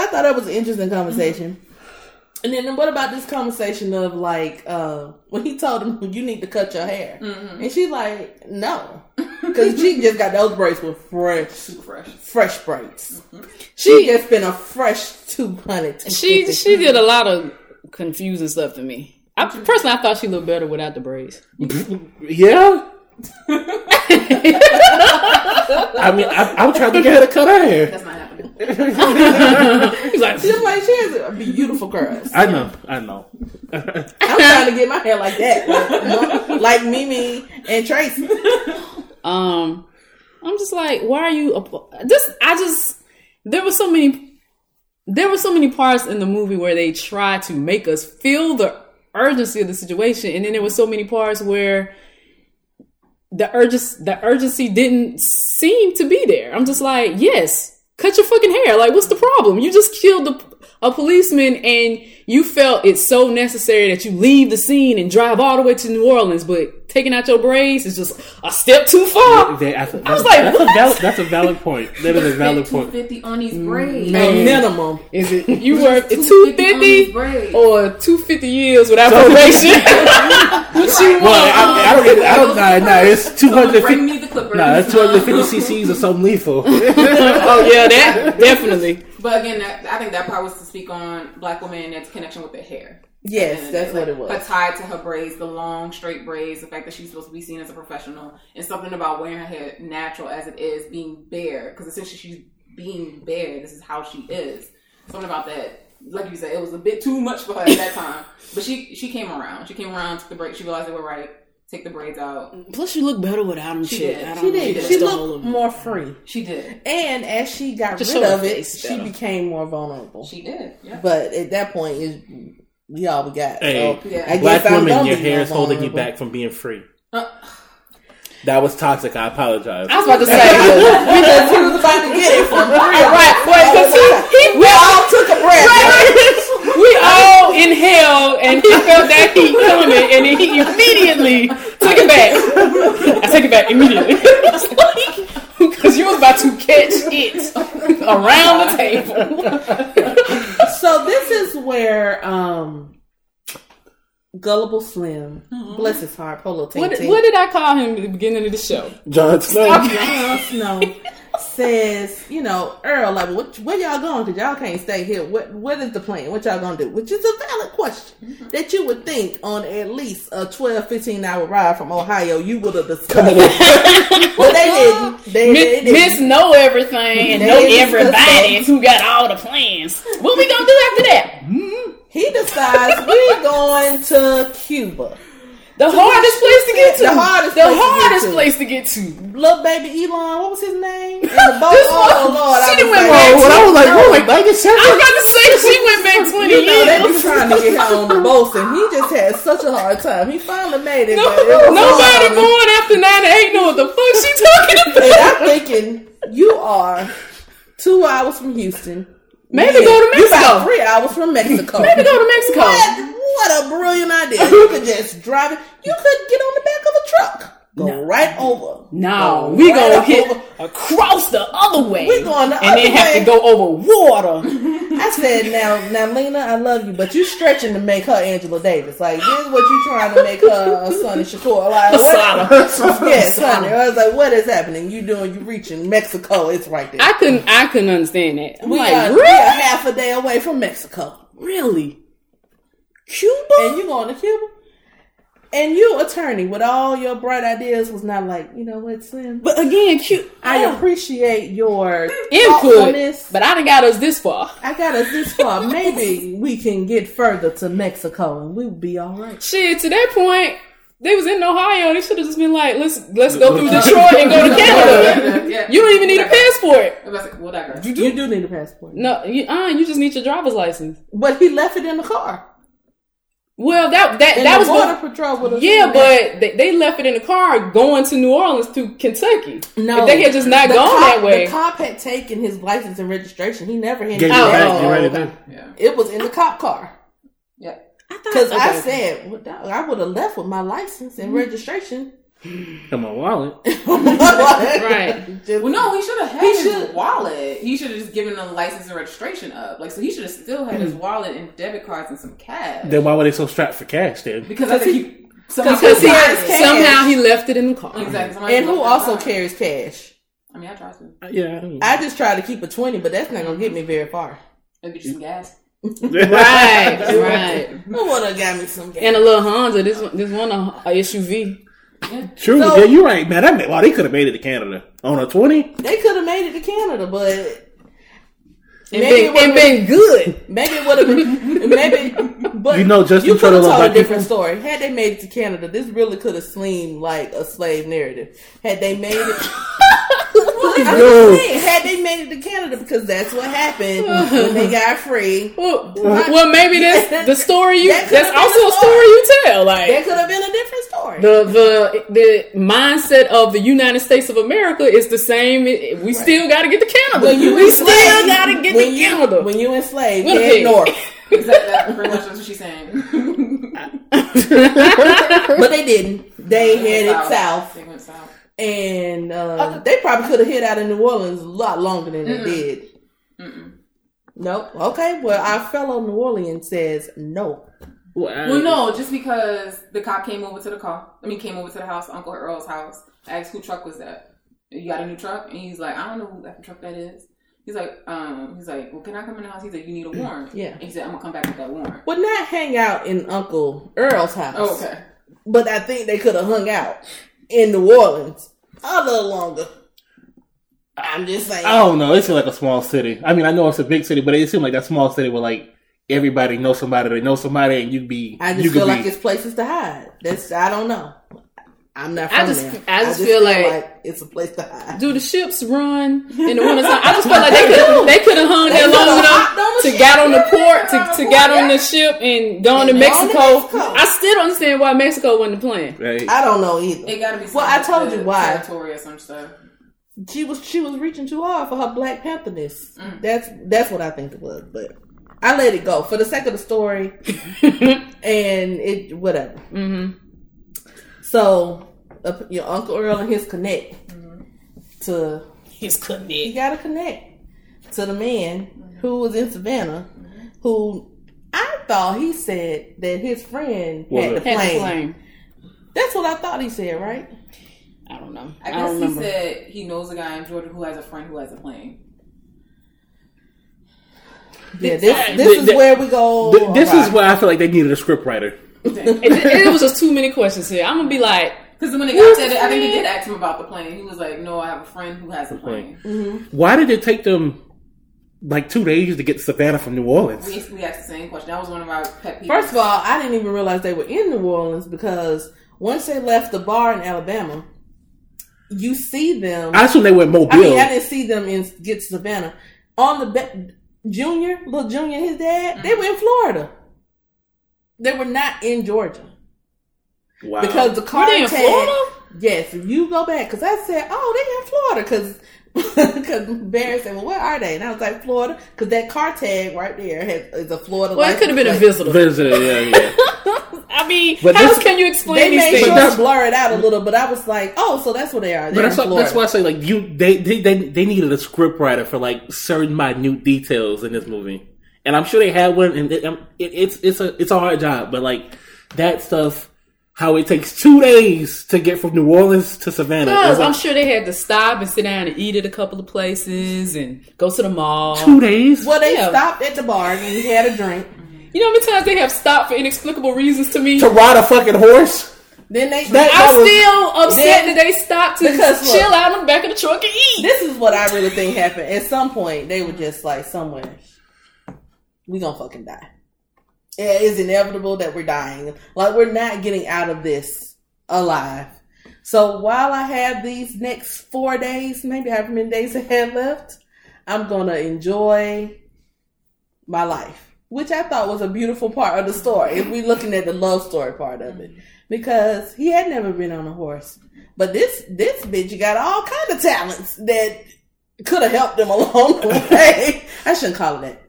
[SPEAKER 1] I thought that was an interesting conversation.
[SPEAKER 4] Mm-hmm.
[SPEAKER 1] And then what about this conversation of like uh, when he told him you need to cut your hair,
[SPEAKER 4] Mm-hmm.
[SPEAKER 1] and she like no, because she just got those braids with fresh
[SPEAKER 4] Super fresh.
[SPEAKER 1] fresh braids.
[SPEAKER 4] Mm-hmm.
[SPEAKER 1] She just been a fresh two hundred.
[SPEAKER 2] She she did a lot of confusing stuff to me. I personally I thought she looked better without the braids.
[SPEAKER 3] Yeah. I mean, I, I would try to get her to cut her hair.
[SPEAKER 4] That's not happening.
[SPEAKER 2] He's like,
[SPEAKER 1] She's like she has a beautiful curls.
[SPEAKER 3] I know. I know.
[SPEAKER 1] I'm trying to get my hair like that, like, you know, like Mimi and Tracy.
[SPEAKER 2] Um, I'm just like, why are you? app- This I just there were so many there were so many parts in the movie where they tried to make us feel the urgency of the situation. And then there was so many parts where the urgency the urgency didn't seem to be there. I'm just like, yes, cut your fucking hair. Like, what's the problem? You just killed a, a policeman, and you felt it's so necessary that you leave the scene and drive all the way to New Orleans. But taking out your braids is just a step too far.
[SPEAKER 3] They- that's a-
[SPEAKER 2] I was
[SPEAKER 3] that's-
[SPEAKER 2] like,
[SPEAKER 3] that's a,
[SPEAKER 2] what?
[SPEAKER 3] valid, that's a valid point. That is a valid point. Mm.
[SPEAKER 4] 250 on these braids.
[SPEAKER 1] A minimum.
[SPEAKER 2] Is it you were two
[SPEAKER 4] 250 on these
[SPEAKER 2] fifty
[SPEAKER 4] braids.
[SPEAKER 3] Oh,
[SPEAKER 2] or two fifty years without probation? what you
[SPEAKER 3] Well,
[SPEAKER 2] want?
[SPEAKER 3] I, I don't. even- I don't. Nah, nah. It's two
[SPEAKER 4] Someone
[SPEAKER 3] hundred
[SPEAKER 4] Bring
[SPEAKER 3] fifty.
[SPEAKER 4] me the clippers.
[SPEAKER 3] Nah, that's two hundred fifty cc's of something lethal.
[SPEAKER 2] oh yeah, that definitely.
[SPEAKER 4] But again, that, I think that part was to speak on black women and its connection with the hair.
[SPEAKER 1] Yes, that's
[SPEAKER 4] Like,
[SPEAKER 1] what it was.
[SPEAKER 4] Her tie to her braids, the long straight braids, the fact that she's supposed to be seen as a professional, and something about wearing her hair natural as it is, being bare, because essentially she's being bare. This is how she is. Something about that. Like you said, it was a bit too much for her at that time. But she she came around. She came around, took the break. She realized they were right. Take the braids out.
[SPEAKER 1] Mm-hmm.
[SPEAKER 2] Plus, you look better without him.
[SPEAKER 4] She did.
[SPEAKER 1] She did.
[SPEAKER 2] know.
[SPEAKER 1] She looked more free.
[SPEAKER 4] She did.
[SPEAKER 1] And as she got
[SPEAKER 2] Just
[SPEAKER 1] rid
[SPEAKER 2] show her
[SPEAKER 1] of it,
[SPEAKER 2] face
[SPEAKER 1] she
[SPEAKER 2] better.
[SPEAKER 1] became more vulnerable.
[SPEAKER 4] She did. Yeah.
[SPEAKER 1] But at that point, is we all we got.
[SPEAKER 3] Hey,
[SPEAKER 1] so
[SPEAKER 4] Yeah.
[SPEAKER 1] I guess
[SPEAKER 3] Black
[SPEAKER 1] I'm
[SPEAKER 3] women,
[SPEAKER 1] gonna
[SPEAKER 3] your
[SPEAKER 1] be
[SPEAKER 3] hair
[SPEAKER 1] more
[SPEAKER 3] is holding you
[SPEAKER 1] vulnerable.
[SPEAKER 3] back from being free.
[SPEAKER 4] Uh,
[SPEAKER 3] That was toxic. I apologize.
[SPEAKER 2] I was about to say.
[SPEAKER 1] because he was about to get it from real.
[SPEAKER 2] Right, right, 'cause he- he-
[SPEAKER 1] we all took a breath.
[SPEAKER 2] we all inhaled and he felt that heat coming and then he immediately took it back. I took it back immediately. Because you was about to catch it around the table.
[SPEAKER 1] So this is where um Gullible Slim, bless his heart, Polo Ting
[SPEAKER 2] Mm-hmm. What,
[SPEAKER 1] Ting.
[SPEAKER 2] what did I call him at the beginning of the show?
[SPEAKER 3] John Snow.
[SPEAKER 1] Jon Snow says, you know, Earl, like, what, where y'all going? Because y'all can't stay here. What, what is the plan? What y'all going to do? Which is a valid question that you would think on at least a 12, 15 hour ride from Ohio, you would have discussed. but they didn't. They, they
[SPEAKER 2] Miss,
[SPEAKER 1] didn't.
[SPEAKER 2] miss know everything and
[SPEAKER 1] They
[SPEAKER 2] know
[SPEAKER 1] didn't discuss
[SPEAKER 2] everybody who got all the plans. What we gonna do after that? Hmm?
[SPEAKER 1] He decides we're going to Cuba.
[SPEAKER 2] The hardest place to get to.
[SPEAKER 1] The hardest place to
[SPEAKER 2] The
[SPEAKER 1] get
[SPEAKER 2] hardest
[SPEAKER 1] to.
[SPEAKER 2] place to get to.
[SPEAKER 1] Little baby Elon, what was his name? In the boat.
[SPEAKER 2] This
[SPEAKER 1] oh,
[SPEAKER 2] one-
[SPEAKER 1] Lord.
[SPEAKER 2] she
[SPEAKER 1] I
[SPEAKER 2] done
[SPEAKER 1] was like,
[SPEAKER 2] went
[SPEAKER 3] Oh,
[SPEAKER 2] wrong.
[SPEAKER 3] when I was like, oh, like, like it's
[SPEAKER 2] I was about to say she went back 20
[SPEAKER 1] You know, they
[SPEAKER 2] years.
[SPEAKER 1] was trying to get her on the boats, and he just had such a hard time. He finally made it.
[SPEAKER 2] No,
[SPEAKER 1] but it was
[SPEAKER 2] nobody
[SPEAKER 1] hard.
[SPEAKER 2] born after 98 know what the fuck she talking
[SPEAKER 1] And
[SPEAKER 2] about.
[SPEAKER 1] I'm thinking, you are two hours from Houston.
[SPEAKER 2] Maybe
[SPEAKER 1] Yeah,
[SPEAKER 2] go to
[SPEAKER 1] You
[SPEAKER 2] Mexico.
[SPEAKER 1] about three hours from Mexico.
[SPEAKER 2] Maybe go to Mexico.
[SPEAKER 1] What, what a brilliant idea. You could just drive it. You could get on the back of a truck. Go right over. Go
[SPEAKER 2] No, we
[SPEAKER 1] Oh, right
[SPEAKER 2] gonna
[SPEAKER 1] up
[SPEAKER 2] hit
[SPEAKER 1] over.
[SPEAKER 2] across the other way.
[SPEAKER 1] We going the
[SPEAKER 2] and
[SPEAKER 1] other
[SPEAKER 2] then have
[SPEAKER 1] way.
[SPEAKER 2] to go over water.
[SPEAKER 1] I said, now, now, Lena, I love you, but you stretching to make her Angela Davis. Like, this is what you trying to make her a Sonny Shakur. Like, what? Yeah, Sonny. I was like, what is happening? You doing, you reaching Mexico. It's right there.
[SPEAKER 2] I couldn't. I couldn't understand that. I'm
[SPEAKER 1] we,
[SPEAKER 2] like,
[SPEAKER 1] are, we
[SPEAKER 2] really?
[SPEAKER 1] are half a day away from Mexico.
[SPEAKER 2] really?
[SPEAKER 1] and you going to Cuba. And you, attorney, with all your bright ideas, was not like, you know what, Slim?
[SPEAKER 2] But again, cute.
[SPEAKER 1] I appreciate your
[SPEAKER 2] input,
[SPEAKER 1] thoughtfulness.
[SPEAKER 2] but I done got us this far.
[SPEAKER 1] I got us this far. Maybe we can get further to Mexico and we'll be all right.
[SPEAKER 2] Shit, to that point, they was in Ohio. They should have just been like, let's let's go through Detroit and go to Canada.
[SPEAKER 4] yeah.
[SPEAKER 2] You don't even need a passport.
[SPEAKER 4] I was like, well, that girl.
[SPEAKER 1] You do, need a passport.
[SPEAKER 2] No, you, uh, you just need your driver's license.
[SPEAKER 1] But he left it in the car.
[SPEAKER 2] Well, that that
[SPEAKER 1] And
[SPEAKER 2] that
[SPEAKER 1] the
[SPEAKER 2] was
[SPEAKER 1] Border
[SPEAKER 2] what,
[SPEAKER 1] Patrol would have
[SPEAKER 2] yeah,
[SPEAKER 1] seen that.
[SPEAKER 2] but they, they left it in the car going to New Orleans through Kentucky.
[SPEAKER 1] No.
[SPEAKER 2] if they had just not
[SPEAKER 1] The
[SPEAKER 2] gone
[SPEAKER 1] cop-
[SPEAKER 2] that way.
[SPEAKER 1] The cop had taken his license and registration. He never had
[SPEAKER 3] Get it
[SPEAKER 2] Oh,
[SPEAKER 3] back.
[SPEAKER 2] oh,
[SPEAKER 3] Get ready
[SPEAKER 2] okay.
[SPEAKER 3] then.
[SPEAKER 4] Yeah.
[SPEAKER 1] It was in the cop car.
[SPEAKER 4] Yeah.
[SPEAKER 1] Because I
[SPEAKER 2] Okay.
[SPEAKER 1] said, well, dog, I would have left with my license
[SPEAKER 4] Mm-hmm.
[SPEAKER 1] and registration.
[SPEAKER 3] Come on, wallet.
[SPEAKER 2] Right.
[SPEAKER 1] Just-
[SPEAKER 4] Well, no, he should have had
[SPEAKER 1] He
[SPEAKER 4] his
[SPEAKER 1] should-
[SPEAKER 4] wallet. He should have just given the license and registration up. Like, so he should have still had his wallet and debit cards and some cash.
[SPEAKER 3] Then why were they so strapped for cash then?
[SPEAKER 4] because I think he, somebody
[SPEAKER 2] Because he,
[SPEAKER 1] Because
[SPEAKER 4] tried
[SPEAKER 1] he-
[SPEAKER 4] it.
[SPEAKER 2] somehow he left it in the car.
[SPEAKER 4] exactly. somebody
[SPEAKER 1] and who
[SPEAKER 4] left
[SPEAKER 1] also
[SPEAKER 4] that time.
[SPEAKER 1] carries cash?
[SPEAKER 4] I mean, I tried to.
[SPEAKER 3] Yeah. I mean-
[SPEAKER 1] I just try to keep a 20, but that's not going to get me very far.
[SPEAKER 4] Maybe just some gas.
[SPEAKER 2] Right, right.
[SPEAKER 4] Mm-hmm.
[SPEAKER 1] Who would have got me some gas?
[SPEAKER 2] And a little Honda. This one, this one uh, a, a SUV.
[SPEAKER 3] True.
[SPEAKER 1] So-
[SPEAKER 3] yeah, you're right, man. I mean, wow, they could have made it to Canada on a twenty.
[SPEAKER 1] They could have made it to Canada, but
[SPEAKER 2] And
[SPEAKER 1] Maybe it
[SPEAKER 2] been, and
[SPEAKER 1] would've
[SPEAKER 2] been good.
[SPEAKER 1] maybe it would have been. maybe, but
[SPEAKER 3] You know, Justin
[SPEAKER 1] you could
[SPEAKER 3] Trudeau
[SPEAKER 1] have
[SPEAKER 3] look
[SPEAKER 1] told
[SPEAKER 3] like
[SPEAKER 1] a different story. Had they made it to Canada, this really could have seemed like a slave narrative. Had they made it,
[SPEAKER 4] Well,
[SPEAKER 1] I'm
[SPEAKER 3] Yo.
[SPEAKER 1] just saying, had they made it to Canada, because that's what happened when they got free.
[SPEAKER 2] Well, well, maybe that's the story you.
[SPEAKER 1] That could've
[SPEAKER 2] that's
[SPEAKER 1] been
[SPEAKER 2] also
[SPEAKER 1] the
[SPEAKER 2] a story you tell. Like
[SPEAKER 1] That could have been a different story.
[SPEAKER 2] the the the mindset of the United States of America is the same. We still got to get to Canada.
[SPEAKER 1] when you
[SPEAKER 2] we
[SPEAKER 1] enslaved,
[SPEAKER 2] still got to get
[SPEAKER 1] when
[SPEAKER 2] to
[SPEAKER 1] you,
[SPEAKER 2] Canada.
[SPEAKER 1] When you enslaved,
[SPEAKER 2] We'll
[SPEAKER 1] head
[SPEAKER 2] see.
[SPEAKER 1] north.
[SPEAKER 4] Exactly. That's pretty much what she's saying.
[SPEAKER 1] But they didn't. They headed south,
[SPEAKER 4] They went south.
[SPEAKER 1] and uh, they probably could have hid out in New Orleans a lot longer than they did.
[SPEAKER 4] Mm-mm.
[SPEAKER 1] Nope. Okay. Well, our fellow New Orleans says no.
[SPEAKER 4] Well, no, just because the cop came over to the car. I mean, came over to the house, Uncle Earl's house. Asked who truck was that? You got a new truck? And he's like, I don't know who that truck that is. He's like, um, he's like, well, can I come in the house? He's like, you need a warrant.
[SPEAKER 1] Yeah.
[SPEAKER 4] And he said, I'm gonna come back with that warrant.
[SPEAKER 1] Would not hang out in Uncle Earl's house.
[SPEAKER 4] Oh, okay.
[SPEAKER 1] But I think they could have hung out in New Orleans a little longer. I'm just saying.
[SPEAKER 3] I don't know. It seemed like a small city. I mean, I know it's a big city, but it seemed like that small city where like everybody knows somebody, they know somebody, and you'd be.
[SPEAKER 1] I just
[SPEAKER 3] you could
[SPEAKER 1] feel like
[SPEAKER 3] be,
[SPEAKER 1] it's places to hide. That's I don't know. I'm not. From
[SPEAKER 2] I just-
[SPEAKER 1] there.
[SPEAKER 2] I just feel like-
[SPEAKER 1] it's a place to hide.
[SPEAKER 2] do the ships run in the wintertime? I just felt like they could they could have hung there
[SPEAKER 1] They
[SPEAKER 2] long
[SPEAKER 1] could've
[SPEAKER 2] enough
[SPEAKER 1] hopped on the
[SPEAKER 2] to
[SPEAKER 1] ship.
[SPEAKER 2] get on the
[SPEAKER 1] Yeah,
[SPEAKER 2] port
[SPEAKER 1] they
[SPEAKER 2] to,
[SPEAKER 1] could've
[SPEAKER 2] to get on the
[SPEAKER 1] hopped
[SPEAKER 2] ship and gone
[SPEAKER 1] And gone to
[SPEAKER 2] to Mexico.
[SPEAKER 1] Mexico.
[SPEAKER 2] I still don't understand why Mexico wasn't playing.
[SPEAKER 3] Right.
[SPEAKER 1] I don't know either.
[SPEAKER 4] It gotta be.
[SPEAKER 1] Well, I
[SPEAKER 4] something
[SPEAKER 1] told
[SPEAKER 4] with
[SPEAKER 1] you why.
[SPEAKER 4] Territory or some stuff.
[SPEAKER 1] she was she was reaching too hard for her Black Pantherness.
[SPEAKER 4] Mm.
[SPEAKER 1] That's that's what I think it was. But I let it go for the sake of the story and it whatever.
[SPEAKER 2] hmm
[SPEAKER 1] So uh, your Uncle Earl and his connect to
[SPEAKER 2] He's couldn't
[SPEAKER 1] you gotta connect to the man who was in Savannah, who I thought he said that his friend
[SPEAKER 3] Was
[SPEAKER 1] had
[SPEAKER 3] it-
[SPEAKER 1] the
[SPEAKER 2] Had to
[SPEAKER 1] plane.
[SPEAKER 2] play.
[SPEAKER 1] That's what I thought he said, right?
[SPEAKER 2] I don't know.
[SPEAKER 4] I
[SPEAKER 2] I,
[SPEAKER 4] guess
[SPEAKER 2] don't
[SPEAKER 4] he
[SPEAKER 2] remember.
[SPEAKER 4] said he knows a guy in Georgia who has a friend who has a plane.
[SPEAKER 1] Yeah, this,
[SPEAKER 2] Th-
[SPEAKER 1] this is
[SPEAKER 3] th-
[SPEAKER 1] where we go.
[SPEAKER 3] Th- this
[SPEAKER 1] awry.
[SPEAKER 3] is where I feel like they needed a scriptwriter.
[SPEAKER 4] Because
[SPEAKER 2] it, it was just too many questions here. I'm gonna be like,
[SPEAKER 4] when it got there, I think they did ask him about the plane. He was like, "No, I have a friend who has a plane."
[SPEAKER 3] Why did it take them like two days to get to Savannah from New Orleans?
[SPEAKER 4] We, we asked the same question. That was one of our pet peeves.
[SPEAKER 1] First of all, I didn't even realize they were in New Orleans because once they left the bar in Alabama, you see them.
[SPEAKER 3] I
[SPEAKER 1] I,
[SPEAKER 3] assume they went Mobile.
[SPEAKER 1] mean, I didn't see them in get to Savannah on the be- junior, little junior, his dad. They were in Florida. They were not in Georgia
[SPEAKER 3] wow.
[SPEAKER 1] because the car
[SPEAKER 2] were they in
[SPEAKER 1] tag-
[SPEAKER 2] Florida?
[SPEAKER 1] Yes, if you go back because I said, oh, they in Florida because. Because Barry said, "Well, where are they?" And I was like, "Florida," because that car tag right there has, is a Florida.
[SPEAKER 2] Well, it
[SPEAKER 1] license
[SPEAKER 2] could have been a
[SPEAKER 1] plate.
[SPEAKER 2] visitor.
[SPEAKER 3] Visitor, yeah, yeah.
[SPEAKER 2] I mean,
[SPEAKER 3] But
[SPEAKER 2] how
[SPEAKER 3] this-
[SPEAKER 2] else can you
[SPEAKER 1] They
[SPEAKER 2] explain these
[SPEAKER 1] made
[SPEAKER 2] things?
[SPEAKER 1] sure to
[SPEAKER 3] that's-
[SPEAKER 1] blur it out a little, but I was like, oh, so that's where they are.
[SPEAKER 3] but
[SPEAKER 1] They're in
[SPEAKER 3] that's, why- that's
[SPEAKER 1] Florida.
[SPEAKER 3] why I say like you they they, they they needed a scriptwriter for like certain minute details in this movie, and I'm sure they had one. And it, um, it, it's it's a it's a hard job, but like that stuff, how it takes two days to get from New Orleans to Savannah.
[SPEAKER 2] Because
[SPEAKER 3] is, like,
[SPEAKER 2] I'm sure they had to stop and sit down and eat at a couple of places and go to the mall.
[SPEAKER 3] two days.
[SPEAKER 1] Well, they
[SPEAKER 2] Yeah.
[SPEAKER 1] stopped at the bar and we had a drink.
[SPEAKER 2] You know how many times they have stopped for inexplicable reasons to me?
[SPEAKER 3] to ride a fucking horse.
[SPEAKER 1] Then they.
[SPEAKER 3] That-
[SPEAKER 2] I'm
[SPEAKER 3] was-
[SPEAKER 2] still upset
[SPEAKER 1] Then-
[SPEAKER 2] that they stopped to
[SPEAKER 1] Because look-
[SPEAKER 2] chill out in the back of the truck and eat.
[SPEAKER 1] this is what I really think happened. At some point, they were just like, somewhere, we gonna fucking die. It is inevitable that we're dying. Like we're not getting out of this alive. So while I have these next four days, maybe however many days I have left, I'm gonna enjoy my life, which I thought was a beautiful part of the story. If we're looking at the love story part of it, because he had never been on a horse, but this this bitch got all kind of talents that could have helped him along the way. I shouldn't call it that.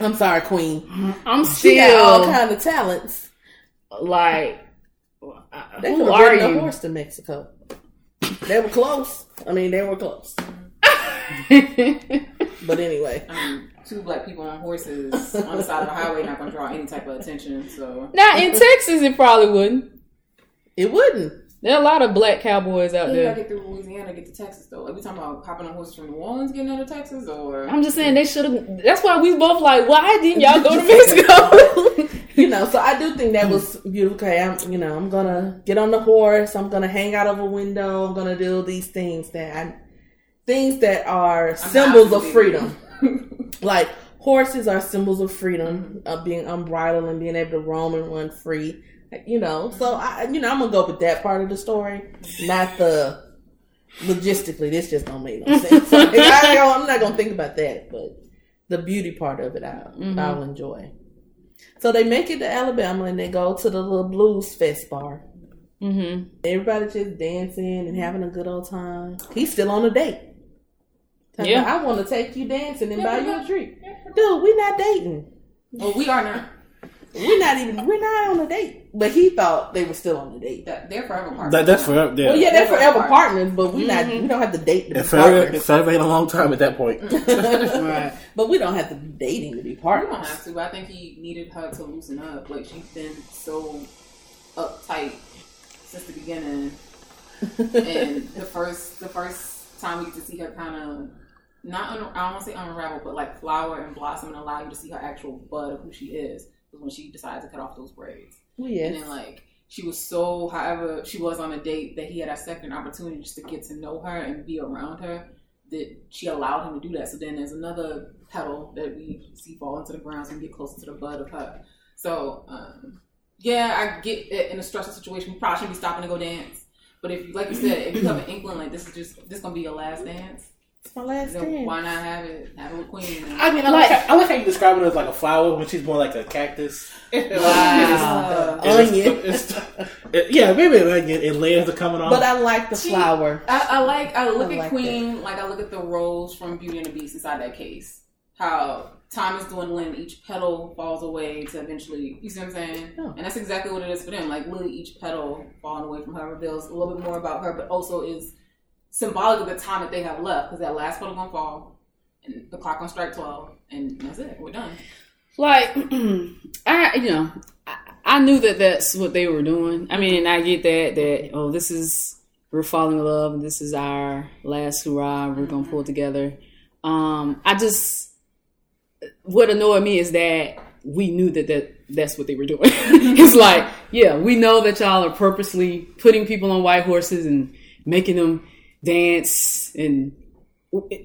[SPEAKER 1] I'm sorry, Queen.
[SPEAKER 2] I'm
[SPEAKER 1] She got all
[SPEAKER 2] still
[SPEAKER 1] kind of talents.
[SPEAKER 2] like,
[SPEAKER 1] They
[SPEAKER 2] who
[SPEAKER 1] could've
[SPEAKER 2] are
[SPEAKER 1] ridden a
[SPEAKER 2] you?
[SPEAKER 1] horse to Mexico. They were close. I mean, they were close. But anyway,
[SPEAKER 4] I mean, Um, two black people on horses on the side of a highway not gonna draw any type of attention. So
[SPEAKER 2] Now in Texas, it probably wouldn't.
[SPEAKER 1] it wouldn't.
[SPEAKER 2] There are a lot of black cowboys out
[SPEAKER 4] how you
[SPEAKER 2] there.
[SPEAKER 4] gotta get through Louisiana, to get to Texas though. Are we talking about hopping on horses from New Orleans, getting out of Texas, or
[SPEAKER 2] I'm just saying they should have. That's why we both like. Why didn't y'all go to Mexico?
[SPEAKER 1] You know, so I do think that was beautiful. Okay, I'm, you know, I'm gonna get on the horse. I'm gonna hang out of a window. I'm gonna do these things that I, things that are symbols of freedom. like horses are symbols of freedom of being unbridled and being able to roam and run free you know so i you know i'm gonna go with that part of the story not the logistically, this just don't make no sense. So, if I go, I'm not gonna think about that, but the beauty part of it, I'll,
[SPEAKER 2] Mhm.
[SPEAKER 1] I'll enjoy. So they make it to Alabama and they go to the little blues fest bar.
[SPEAKER 2] Mm-hmm.
[SPEAKER 1] Everybody just dancing and having a good old time. He's still on a date. Talking
[SPEAKER 2] Yeah.
[SPEAKER 1] about, I want to take you dancing and
[SPEAKER 4] Yeah,
[SPEAKER 1] buy
[SPEAKER 4] we
[SPEAKER 1] you a
[SPEAKER 4] got-
[SPEAKER 1] drink. Dude, we're not dating.
[SPEAKER 4] Well, we are not.
[SPEAKER 1] We're not even. We're not on a date. But he thought they were still on a date.
[SPEAKER 4] That, they're forever partners.
[SPEAKER 3] That, that's forever. Yeah.
[SPEAKER 1] Well, yeah, they're
[SPEAKER 4] We're Mm-hmm.
[SPEAKER 1] forever
[SPEAKER 4] partners.
[SPEAKER 1] partners, but we not. We don't have to date to be
[SPEAKER 3] It's forever,
[SPEAKER 1] partners.
[SPEAKER 3] it's forever ain't a long time at that point.
[SPEAKER 2] Right.
[SPEAKER 1] but we don't have to be dating to be
[SPEAKER 4] You don't
[SPEAKER 1] partners.
[SPEAKER 4] have to, but I think he needed her to loosen up. Like she's been so uptight since the beginning, and the first the first time we get to see her kind of not un- I don't want to say unravel, but like flower and blossom and allow you to see her actual bud of who she is was when she decided to cut off those braids.
[SPEAKER 1] Well,
[SPEAKER 4] And
[SPEAKER 1] yes.
[SPEAKER 4] then like she was so however she was on a date that he had a second opportunity just to get to know her and be around her that she allowed him to do that. So then there's another petal that we see fall into the ground so we get closer to the bud of her. So um, yeah, I get it in a stressful situation. You probably shouldn't be stopping to go dance. But if you like you said, if you come in England like this is just this gonna be your last dance,
[SPEAKER 1] It's my last
[SPEAKER 4] then
[SPEAKER 1] dance.
[SPEAKER 4] why not have it? Have it with Queen.
[SPEAKER 3] I mean, I like, I like how you describe it as like a flower when she's more like a cactus.
[SPEAKER 4] Wow.
[SPEAKER 3] It's-
[SPEAKER 1] Onion.
[SPEAKER 3] it's- it- yeah, maybe an onion. It layers are coming off.
[SPEAKER 1] But I like the
[SPEAKER 4] She-
[SPEAKER 1] flower.
[SPEAKER 4] I, I like I look
[SPEAKER 1] I
[SPEAKER 4] at
[SPEAKER 1] like
[SPEAKER 4] Queen like I look at the rose from Beauty and the Beast inside that case. How time is dwindling, each petal falls away to eventually you see what I'm saying?
[SPEAKER 1] Yeah.
[SPEAKER 4] And that's exactly what it is for them. Like literally each petal falling away from her reveals a little bit more about her, but also is symbolic of the time that they have left because that last petal gonna fall and the clock on strike twelve and that's it. We're done.
[SPEAKER 2] Like, I you know, I, I knew that that's what they were doing. I mean, and I get that that oh, this is we're falling in love and this is our last hurrah. We're gonna pull together. Um, I just what annoyed me is that we knew that, that that's what they were doing. it's like, yeah, we know that y'all are purposely putting people on white horses and making them dance and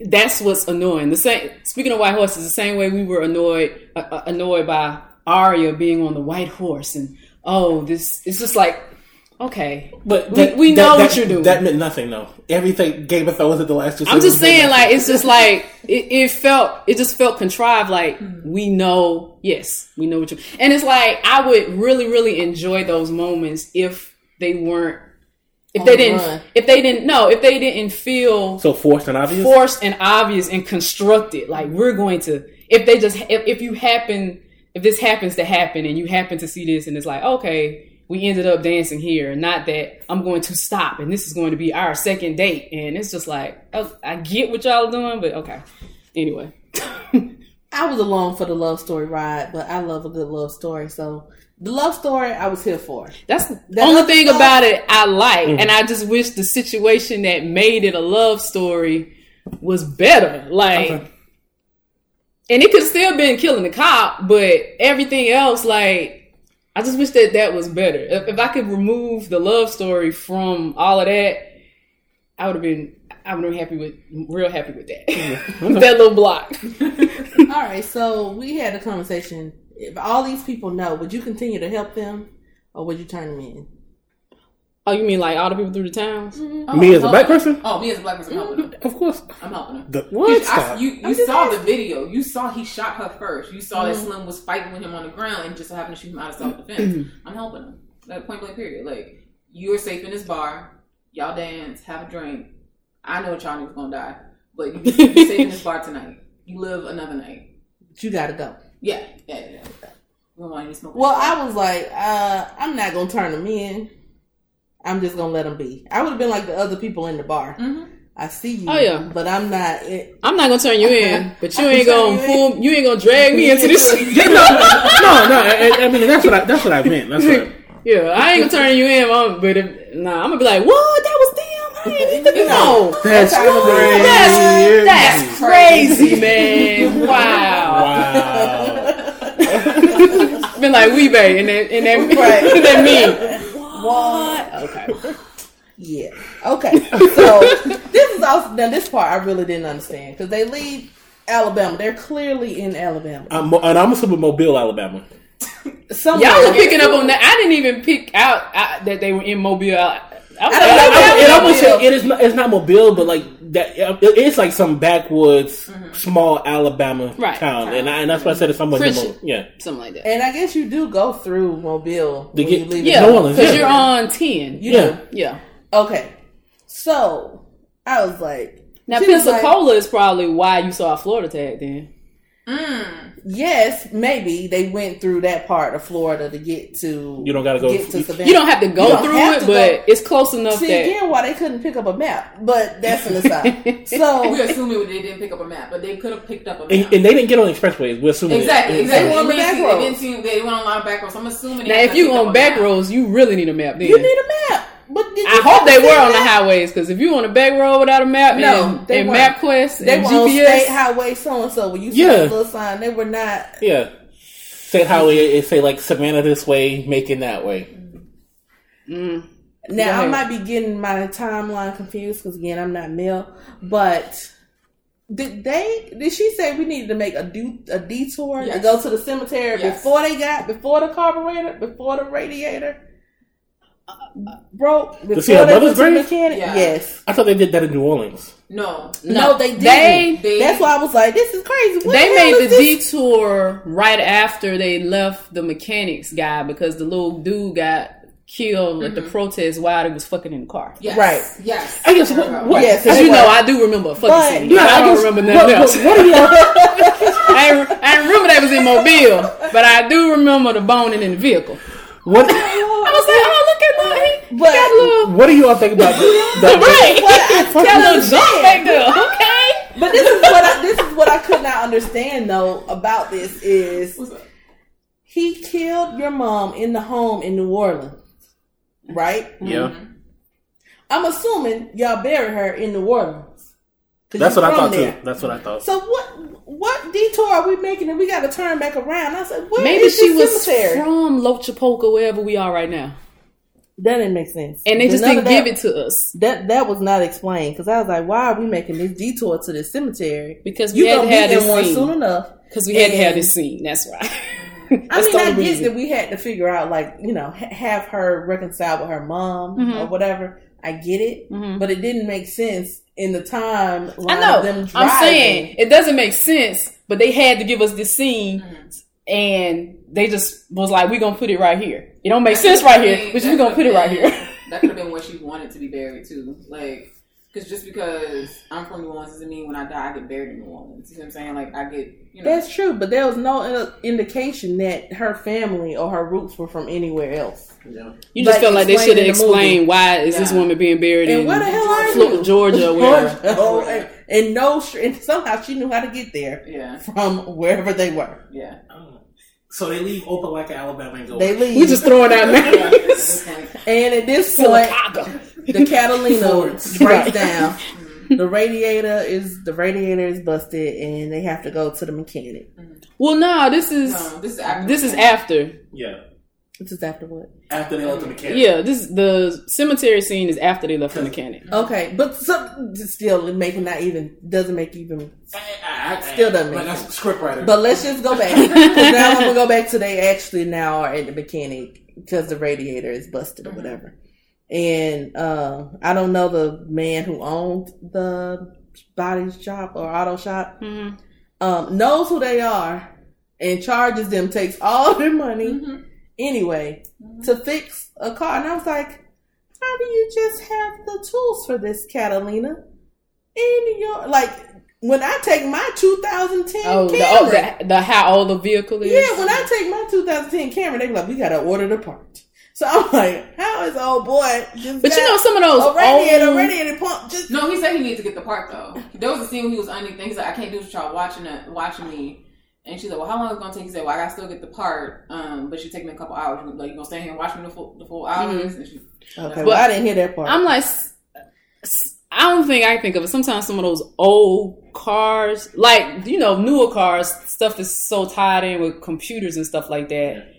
[SPEAKER 2] that's what's annoying. The same speaking of white horses, the same way we were annoyed uh, uh, annoyed by Arya being on the white horse and oh, this it's just like okay.
[SPEAKER 3] But
[SPEAKER 2] We- we know what you're doing.
[SPEAKER 3] That meant nothing, though. Everything Game of Thrones at the last two.
[SPEAKER 2] I'm just
[SPEAKER 3] seasons meant
[SPEAKER 2] saying,
[SPEAKER 3] nothing.
[SPEAKER 2] like it's just like it, it felt. It just felt contrived. Like we know, yes, we know what you. And it's like I would really, really enjoy those moments if they weren't, if
[SPEAKER 1] On
[SPEAKER 2] they
[SPEAKER 1] the
[SPEAKER 2] didn't,
[SPEAKER 1] run.
[SPEAKER 2] if they didn't, no, if they didn't feel
[SPEAKER 3] so forced and obvious.
[SPEAKER 2] forced and obvious and constructed. Like we're going to, if they just, if, if you happen, if this happens to happen, and you happen to see this, and it's like, okay, we ended up dancing here. Not that I'm going to stop, and this is going to be our second date. And it's just like, oh, I get what y'all are doing, but okay. Anyway,
[SPEAKER 1] I was along for the love story ride, but I love a good love story. So the love story, I was here for.
[SPEAKER 2] that's the
[SPEAKER 1] That
[SPEAKER 2] only
[SPEAKER 1] other
[SPEAKER 2] thing
[SPEAKER 1] stuff- Mm-hmm.
[SPEAKER 2] about it I like, and I just wish the situation that made it a love story was better. Like.
[SPEAKER 3] Okay.
[SPEAKER 2] and it could still been killing the cop, but everything else, like, I just wish that that was better. If, if I could remove the love story from all of that, I would have been, I would have been happy with, real happy with that, that little block.
[SPEAKER 1] All right, so we had a conversation. If all these people know, would you continue to help them, or would you turn them in?
[SPEAKER 2] oh, you mean like all the people through the towns?
[SPEAKER 3] Me as a
[SPEAKER 4] Oh,
[SPEAKER 3] black person, Mm-hmm.
[SPEAKER 4] Oh, me as a black person, I'm helping her.
[SPEAKER 3] of course.
[SPEAKER 4] I'm helping her.
[SPEAKER 3] The, what?
[SPEAKER 4] You- I-
[SPEAKER 3] Stop.
[SPEAKER 4] you you saw the video. You saw he shot her first. You saw
[SPEAKER 2] Mm-hmm.
[SPEAKER 4] that Slim was fighting with him on the ground and just so happened to shoot him out of self defense.
[SPEAKER 2] Mm-hmm.
[SPEAKER 4] I'm helping him. Like point blank period. Like you're safe in this bar. Y'all dance, have a drink. I know y'all niggas gonna die, but you, you're safe in this bar tonight. You live another night.
[SPEAKER 1] But you gotta go.
[SPEAKER 4] Yeah, yeah, yeah. yeah. We don't want you to smoke.
[SPEAKER 1] Well, I was like, uh, I'm not gonna turn them in. I'm just gonna let them be. I would have been like the other people in the bar.
[SPEAKER 4] Mhm.
[SPEAKER 1] I see you.
[SPEAKER 2] Mm-hmm. Oh, yeah.
[SPEAKER 1] but I'm not. It,
[SPEAKER 2] I'm not gonna turn you in, but you
[SPEAKER 1] I
[SPEAKER 2] ain't
[SPEAKER 1] can turn
[SPEAKER 2] gonna
[SPEAKER 1] you in.
[SPEAKER 2] pull, you ain't gonna drag me into this.
[SPEAKER 3] Yeah, no, no, no. I, I- I mean, that's what I, that's what I meant. That's what. I,
[SPEAKER 2] yeah, I ain't gonna turn you in, um, but if, nah, I'm gonna be like, what? That was them. I ain't even know.
[SPEAKER 3] that's
[SPEAKER 1] I remember
[SPEAKER 3] crazy.
[SPEAKER 2] That's, that's crazy, man. Wow.
[SPEAKER 3] wow.
[SPEAKER 2] Been like we bae and that and that,
[SPEAKER 1] Right.
[SPEAKER 2] and that meme. What? Okay.
[SPEAKER 1] Yeah. Okay. So this is also now this part I really didn't understand because they leave Alabama. They're clearly in Alabama.
[SPEAKER 3] I'm, and I'm assuming Mobile, Alabama.
[SPEAKER 1] Somewhere.
[SPEAKER 2] Y'all were picking up on that. I didn't even pick out I, that they were in Mobile. I, I'm
[SPEAKER 1] I don't know.
[SPEAKER 3] it almost say it is not, it's not Mobile, but like that it- it's like some backwoods small Alabama
[SPEAKER 2] Mm-hmm. Right.
[SPEAKER 3] town, and, I, and that's why I said it's somewhat
[SPEAKER 2] Christian.
[SPEAKER 3] similar. Yeah,
[SPEAKER 2] something like that.
[SPEAKER 1] And I guess you do go through Mobile
[SPEAKER 3] To
[SPEAKER 1] when
[SPEAKER 3] get-
[SPEAKER 1] you leave.
[SPEAKER 2] Yeah,
[SPEAKER 3] New Orleans,
[SPEAKER 2] because
[SPEAKER 3] yeah.
[SPEAKER 2] you're on ten.
[SPEAKER 1] You
[SPEAKER 3] yeah.
[SPEAKER 1] do.
[SPEAKER 2] yeah.
[SPEAKER 1] Okay. So I was like,
[SPEAKER 2] Now
[SPEAKER 1] she was like,
[SPEAKER 2] Pensacola is probably why you saw a Florida tag then.
[SPEAKER 4] Mm.
[SPEAKER 1] yes, maybe they went through that part of Florida to get to.
[SPEAKER 3] You don't gotta go-
[SPEAKER 1] get to
[SPEAKER 3] you-
[SPEAKER 1] Savannah.
[SPEAKER 2] You don't have to
[SPEAKER 1] You
[SPEAKER 2] go
[SPEAKER 1] don't
[SPEAKER 2] through
[SPEAKER 1] have
[SPEAKER 2] it,
[SPEAKER 1] to
[SPEAKER 2] but
[SPEAKER 1] go-
[SPEAKER 2] it's close enough
[SPEAKER 1] See
[SPEAKER 2] that
[SPEAKER 1] again why they couldn't pick up a map, but that's an aside. so
[SPEAKER 4] We're assuming they didn't pick up a map, but they could have picked up a map.
[SPEAKER 3] And, and they didn't get on the expressways. We're assuming
[SPEAKER 4] exactly.
[SPEAKER 3] it.
[SPEAKER 4] Exactly.
[SPEAKER 1] They
[SPEAKER 4] They,
[SPEAKER 1] went
[SPEAKER 4] didn't
[SPEAKER 1] back
[SPEAKER 4] see-
[SPEAKER 1] roads.
[SPEAKER 4] they didn't see. They went on a lot of back roads. So I'm assuming. they
[SPEAKER 2] now if
[SPEAKER 4] kinda
[SPEAKER 2] you
[SPEAKER 4] picked up
[SPEAKER 2] on
[SPEAKER 4] a
[SPEAKER 2] back
[SPEAKER 4] map.
[SPEAKER 2] roads, you really need a map then.
[SPEAKER 1] you need a map. But did
[SPEAKER 2] I
[SPEAKER 1] you
[SPEAKER 2] hope they
[SPEAKER 1] ever see
[SPEAKER 2] were on the
[SPEAKER 1] that?
[SPEAKER 2] highways because if you on a back road without a map,
[SPEAKER 1] No,
[SPEAKER 2] and,
[SPEAKER 1] they
[SPEAKER 2] and
[SPEAKER 1] weren't.
[SPEAKER 2] MapQuest,
[SPEAKER 1] They
[SPEAKER 2] and
[SPEAKER 1] were on state
[SPEAKER 2] GPS,
[SPEAKER 1] highway so and so. When you see
[SPEAKER 3] Yeah.
[SPEAKER 1] that little sign, they were not.
[SPEAKER 3] Yeah. Say how it, it say like Savannah this way, Macon that way.
[SPEAKER 2] Mm.
[SPEAKER 1] Now I
[SPEAKER 2] Right.
[SPEAKER 1] might be getting my timeline confused because again I'm not male. But did they? Did she say we needed to make a do a detour to
[SPEAKER 4] Yes.
[SPEAKER 1] go to the cemetery
[SPEAKER 4] Yes.
[SPEAKER 1] before they got before the carburetor before the radiator broke before
[SPEAKER 3] see her
[SPEAKER 1] they
[SPEAKER 3] mother's
[SPEAKER 1] went to the
[SPEAKER 3] grave?
[SPEAKER 1] mechanic?
[SPEAKER 4] Yeah.
[SPEAKER 1] Yes.
[SPEAKER 3] I thought they did that in New Orleans.
[SPEAKER 4] No.
[SPEAKER 1] No, they didn't.
[SPEAKER 4] They-
[SPEAKER 1] That's why I was like, this is crazy. What
[SPEAKER 2] they
[SPEAKER 1] the hell
[SPEAKER 2] made the
[SPEAKER 1] is this?
[SPEAKER 2] detour right after they left the mechanics guy because the little dude got killed at the
[SPEAKER 1] Mm-hmm.
[SPEAKER 2] protest while he was fucking in the car.
[SPEAKER 4] Yes.
[SPEAKER 1] Right.
[SPEAKER 4] Yes.
[SPEAKER 3] I guess
[SPEAKER 4] Yeah,
[SPEAKER 3] what-
[SPEAKER 4] right.
[SPEAKER 3] what-
[SPEAKER 1] Yes,
[SPEAKER 2] As
[SPEAKER 1] they
[SPEAKER 2] you
[SPEAKER 1] were.
[SPEAKER 2] know, I do remember a fucking
[SPEAKER 1] But-
[SPEAKER 2] scene.
[SPEAKER 1] Yeah,
[SPEAKER 2] I,
[SPEAKER 3] I
[SPEAKER 2] don't
[SPEAKER 3] guess-
[SPEAKER 2] remember
[SPEAKER 3] what-
[SPEAKER 2] nothing else.
[SPEAKER 3] what- what are y'all-
[SPEAKER 2] I, ain't, I ain't remember they was in Mobile, but I do remember the boning in the vehicle.
[SPEAKER 3] what
[SPEAKER 2] I was like, oh, look at that. He, he
[SPEAKER 1] But-
[SPEAKER 2] got a little...
[SPEAKER 3] what do you all think about the, the-
[SPEAKER 2] Right.
[SPEAKER 1] What I
[SPEAKER 2] Got a little
[SPEAKER 1] fucking
[SPEAKER 2] jump
[SPEAKER 1] said.
[SPEAKER 2] back there, okay?
[SPEAKER 1] But this is what I, this is what I could not understand though about this is
[SPEAKER 4] What's up?
[SPEAKER 1] he killed your mom in the home in New Orleans, right?
[SPEAKER 3] Yeah.
[SPEAKER 1] I'm assuming y'all buried her in New Orleans. 'Cause
[SPEAKER 3] That's
[SPEAKER 1] you
[SPEAKER 3] what I
[SPEAKER 1] from
[SPEAKER 3] thought
[SPEAKER 1] there.
[SPEAKER 3] too. That's what I thought.
[SPEAKER 1] So what what detour are we making? And we got to turn back around. I said, where
[SPEAKER 2] Maybe
[SPEAKER 1] is
[SPEAKER 2] she
[SPEAKER 1] this
[SPEAKER 2] was
[SPEAKER 1] cemetery?
[SPEAKER 2] from Lochapoca, wherever we are right now.
[SPEAKER 1] that didn't make sense.
[SPEAKER 2] And they
[SPEAKER 1] But
[SPEAKER 2] just
[SPEAKER 1] none
[SPEAKER 2] didn't
[SPEAKER 1] of that-
[SPEAKER 2] give it to us.
[SPEAKER 1] That that was not explained because I was like, why are we making this detour to this cemetery?
[SPEAKER 2] Because we
[SPEAKER 1] You
[SPEAKER 2] had
[SPEAKER 1] gonna
[SPEAKER 2] to
[SPEAKER 1] be
[SPEAKER 2] have
[SPEAKER 1] in
[SPEAKER 2] this
[SPEAKER 1] one
[SPEAKER 2] scene.
[SPEAKER 1] soon enough.
[SPEAKER 2] Because we had to have
[SPEAKER 1] And-
[SPEAKER 2] this scene, that's why.
[SPEAKER 1] I
[SPEAKER 2] That's
[SPEAKER 1] mean,
[SPEAKER 2] the
[SPEAKER 1] I
[SPEAKER 2] only
[SPEAKER 1] get
[SPEAKER 2] reason.
[SPEAKER 1] that we had to figure out, like, you know, ha- have her reconcile with her mom
[SPEAKER 2] Mhm.
[SPEAKER 1] or whatever. I get it,
[SPEAKER 2] Mhm.
[SPEAKER 1] but it didn't make sense in the time.
[SPEAKER 2] I know. I'm saying it doesn't make sense, but they had to give us this scene, and they just was like, "We're gonna put it right here. It don't make sense right here, but we're gonna put it right here."
[SPEAKER 4] that could have been where she wanted to be buried too. Like, because just because I'm from New Orleans doesn't mean when I die I get buried in New Orleans. You know what I'm saying? Like, I get you know.
[SPEAKER 1] That's true, but there was no in- indication that her family or her roots were from anywhere else.
[SPEAKER 3] Yeah.
[SPEAKER 2] You just
[SPEAKER 1] Like,
[SPEAKER 2] felt like they
[SPEAKER 1] explained
[SPEAKER 2] should have
[SPEAKER 1] in the movie.
[SPEAKER 2] explained why is this
[SPEAKER 4] Yeah.
[SPEAKER 2] woman being buried
[SPEAKER 1] And
[SPEAKER 2] in
[SPEAKER 1] where the hell are
[SPEAKER 2] Flo-
[SPEAKER 1] you?
[SPEAKER 2] Georgia, wherever.
[SPEAKER 1] Oh,
[SPEAKER 2] eh.
[SPEAKER 1] and, and no, str- and somehow she knew how to get there
[SPEAKER 4] yeah,
[SPEAKER 1] from wherever they were.
[SPEAKER 4] yeah.
[SPEAKER 3] So they leave open like Alabama and go.
[SPEAKER 1] They leave,
[SPEAKER 2] We just throwing out names.
[SPEAKER 4] It's like,
[SPEAKER 1] and at this point,
[SPEAKER 2] Chicago.
[SPEAKER 1] the Catalina breaks
[SPEAKER 2] Right.
[SPEAKER 1] down. The radiator is the radiator is busted, and they have to go to the mechanic.
[SPEAKER 2] Well, no, this is
[SPEAKER 4] no, um, this is after
[SPEAKER 2] this is after.
[SPEAKER 3] yeah.
[SPEAKER 1] Which is after what?
[SPEAKER 3] After they left the mechanic.
[SPEAKER 2] Yeah, this the cemetery scene is after they left the mechanic.
[SPEAKER 1] Okay, but some still it making not even doesn't make even.
[SPEAKER 3] I,
[SPEAKER 1] Still doesn't make
[SPEAKER 3] a scriptwriter.
[SPEAKER 1] But let's just go back. 'Cause now I'm gonna go back to they actually now are at the mechanic because the radiator is busted or
[SPEAKER 2] Mm-hmm.
[SPEAKER 1] whatever. And uh, I don't know the man who owned the body shop or auto shop.
[SPEAKER 2] hmm
[SPEAKER 1] um, knows who they are and charges them, takes all their money
[SPEAKER 2] Mm-hmm.
[SPEAKER 4] Mhm.
[SPEAKER 1] anyway to fix a car. And I was like, how do you just have the tools for this, Catalina? In your like, when I take my 2010
[SPEAKER 2] Oh, the, oh,
[SPEAKER 1] Camry,
[SPEAKER 2] the, the how old the vehicle is.
[SPEAKER 1] yeah, when I take my 2010 Camry, they be like, we gotta order the part. So I'm like, how is old boy? Just
[SPEAKER 2] but you know,
[SPEAKER 1] got
[SPEAKER 2] some of those
[SPEAKER 1] a radiator,
[SPEAKER 2] old-
[SPEAKER 1] radiator pump, just
[SPEAKER 4] No, he said he needed to get the part though. There was a scene when he was underneath. He's like, I can't do this with y'all watching it, watching me. And she's like, Well, how long is it gonna take? He said, Well, I gotta still get the part, um, but you take me a couple hours. He was Like, you gonna stay here and watch me the full, the full hours?
[SPEAKER 2] Mm-hmm.
[SPEAKER 4] And she,
[SPEAKER 1] okay. Well, I didn't hear that part.
[SPEAKER 2] I'm like, s- s- I don't think I think of it. Sometimes some of those old cars, like you know, newer cars, stuff is so tied in with computers and stuff like that.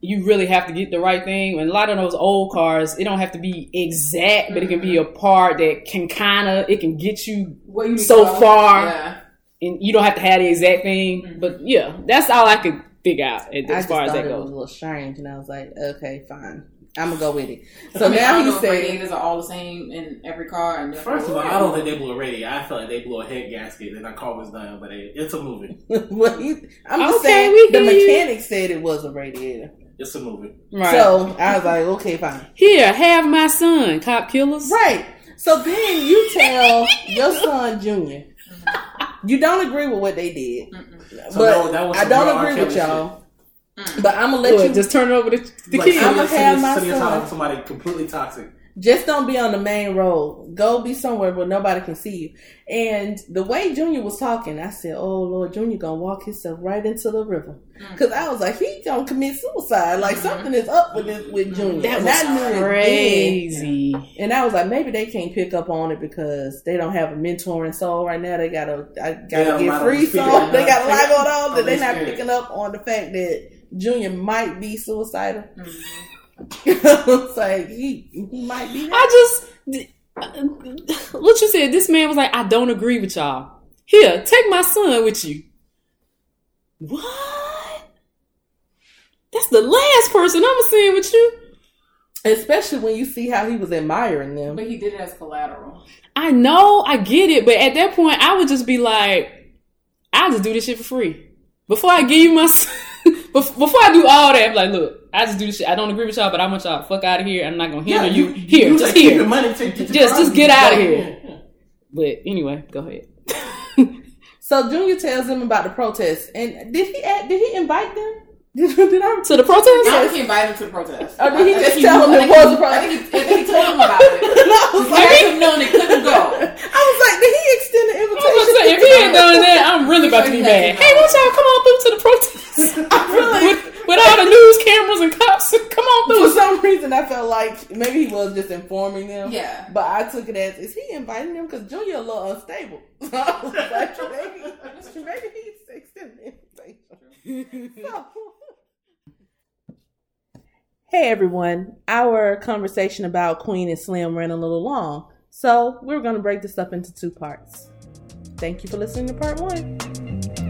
[SPEAKER 2] You really have to get the right thing. And a lot of those old cars, it don't have to be exact, but it can be
[SPEAKER 1] Mm-hmm.
[SPEAKER 2] a part that can kind of it can get you,
[SPEAKER 4] What you need
[SPEAKER 2] So
[SPEAKER 4] to know?
[SPEAKER 2] far.
[SPEAKER 4] Yeah.
[SPEAKER 2] and you don't have to have the exact thing. But yeah, that's all I could figure out as
[SPEAKER 1] Mm-hmm. I
[SPEAKER 2] far as
[SPEAKER 1] just
[SPEAKER 2] that
[SPEAKER 1] thought it was
[SPEAKER 2] goes.
[SPEAKER 1] a little strange, and I was like, okay, fine. I'm gonna go with it. So
[SPEAKER 4] I mean, I
[SPEAKER 1] now
[SPEAKER 4] don't
[SPEAKER 1] he
[SPEAKER 4] know if
[SPEAKER 1] said,
[SPEAKER 4] radiators are all the same in every car. And therefore-
[SPEAKER 3] First of all, I don't think they blew a radio. I felt like they blew a head gasket and our car was done, but it, it's a movie.
[SPEAKER 1] well, he, "I'm just
[SPEAKER 2] Okay,
[SPEAKER 1] saying."
[SPEAKER 2] we
[SPEAKER 1] the
[SPEAKER 2] hear you.
[SPEAKER 1] mechanic said it was a radiator.
[SPEAKER 3] It's a movie.
[SPEAKER 2] Right.
[SPEAKER 1] So I was like, "Okay, fine."
[SPEAKER 2] Here, have my son, cop killers.
[SPEAKER 1] Right. So then you tell your son Junior. You don't agree with what they did,
[SPEAKER 4] Mm-mm.
[SPEAKER 1] but
[SPEAKER 3] So that was- that was
[SPEAKER 1] I
[SPEAKER 3] some real
[SPEAKER 1] don't
[SPEAKER 3] R.
[SPEAKER 1] agree with
[SPEAKER 3] Kelly
[SPEAKER 1] y'all.
[SPEAKER 4] Mm.
[SPEAKER 1] But I'm gonna let
[SPEAKER 2] What,
[SPEAKER 1] you
[SPEAKER 2] just turn it over to the
[SPEAKER 3] Like,
[SPEAKER 2] kid.
[SPEAKER 1] I'm- I'ma
[SPEAKER 3] somebody-
[SPEAKER 1] have my
[SPEAKER 3] somebody-
[SPEAKER 1] son.
[SPEAKER 3] Somebody completely toxic.
[SPEAKER 1] just don't be on the main road. Go be somewhere where nobody can see you. And the way Junior was talking, I said, "Oh Lord, Junior gonna walk himself right into the river," because I was like, "He gonna commit suicide. Like something is up with this with Junior."
[SPEAKER 2] that
[SPEAKER 1] And
[SPEAKER 2] was
[SPEAKER 1] I knew it then.
[SPEAKER 2] crazy.
[SPEAKER 1] And I was like, maybe they can't pick up on it because they don't have a mentor and soul right now. They gotta, I gotta
[SPEAKER 3] got a
[SPEAKER 1] get
[SPEAKER 3] lot
[SPEAKER 1] free
[SPEAKER 3] of spirit.
[SPEAKER 1] soul. They got a lot going on
[SPEAKER 3] Holy
[SPEAKER 1] that they're not
[SPEAKER 3] Spirit.
[SPEAKER 1] picking up on the fact that Junior might be suicidal.
[SPEAKER 4] Mm.
[SPEAKER 1] I was like, he he might be. That.
[SPEAKER 2] I just what you said. This man was like, I don't agree with y'all. Here, take my son with you. What? That's the last person I'm seeing with you.
[SPEAKER 1] Especially when you see how he was admiring them.
[SPEAKER 4] But he did it as collateral.
[SPEAKER 2] I know, I get it, but at that point, I would just be like, I'll just do this shit for free. Before I give you my, s- bef- before I do all that, I'm like, look, I just do this shit. I don't agree with y'all, but I want y'all to fuck out of here. I'm not gonna hinder you, here,
[SPEAKER 3] you
[SPEAKER 2] just
[SPEAKER 3] keep
[SPEAKER 2] here.
[SPEAKER 3] Your money, take, get your
[SPEAKER 2] Just- just
[SPEAKER 3] property,
[SPEAKER 2] get outta
[SPEAKER 3] go.
[SPEAKER 2] here. But anyway, go ahead.
[SPEAKER 1] So Junior tells them about the protests, and did he act, did he invite them? Did, did I?
[SPEAKER 2] To the
[SPEAKER 4] I
[SPEAKER 2] protest?
[SPEAKER 4] don't think he invited him to the protest.
[SPEAKER 1] Or did he
[SPEAKER 4] I
[SPEAKER 1] just
[SPEAKER 4] think
[SPEAKER 1] tell
[SPEAKER 4] knew-
[SPEAKER 1] him it
[SPEAKER 4] I think
[SPEAKER 1] was a
[SPEAKER 4] he-
[SPEAKER 1] protest?
[SPEAKER 4] I think he, I think he told him about it.
[SPEAKER 1] And I was
[SPEAKER 4] He
[SPEAKER 1] like,
[SPEAKER 4] let him know they couldn't go.
[SPEAKER 1] I was like, did he extend the
[SPEAKER 2] I was
[SPEAKER 1] invitation?
[SPEAKER 2] gonna say, if he had done that, I'm really about to be mad. Hey, won't y'all come on through to the protest? with, with all the news cameras and cops, come on
[SPEAKER 1] For
[SPEAKER 2] through.
[SPEAKER 1] some reason, I felt like maybe he was just informing them.
[SPEAKER 4] Yeah.
[SPEAKER 1] But I took it as is he inviting them because Junior a little unstable. So I was like, maybe, maybe he's extending the invitation. So- Hey everyone, our conversation about Queen and Slim ran a little long, so we're going to break this up into two parts. Thank you for listening to part one.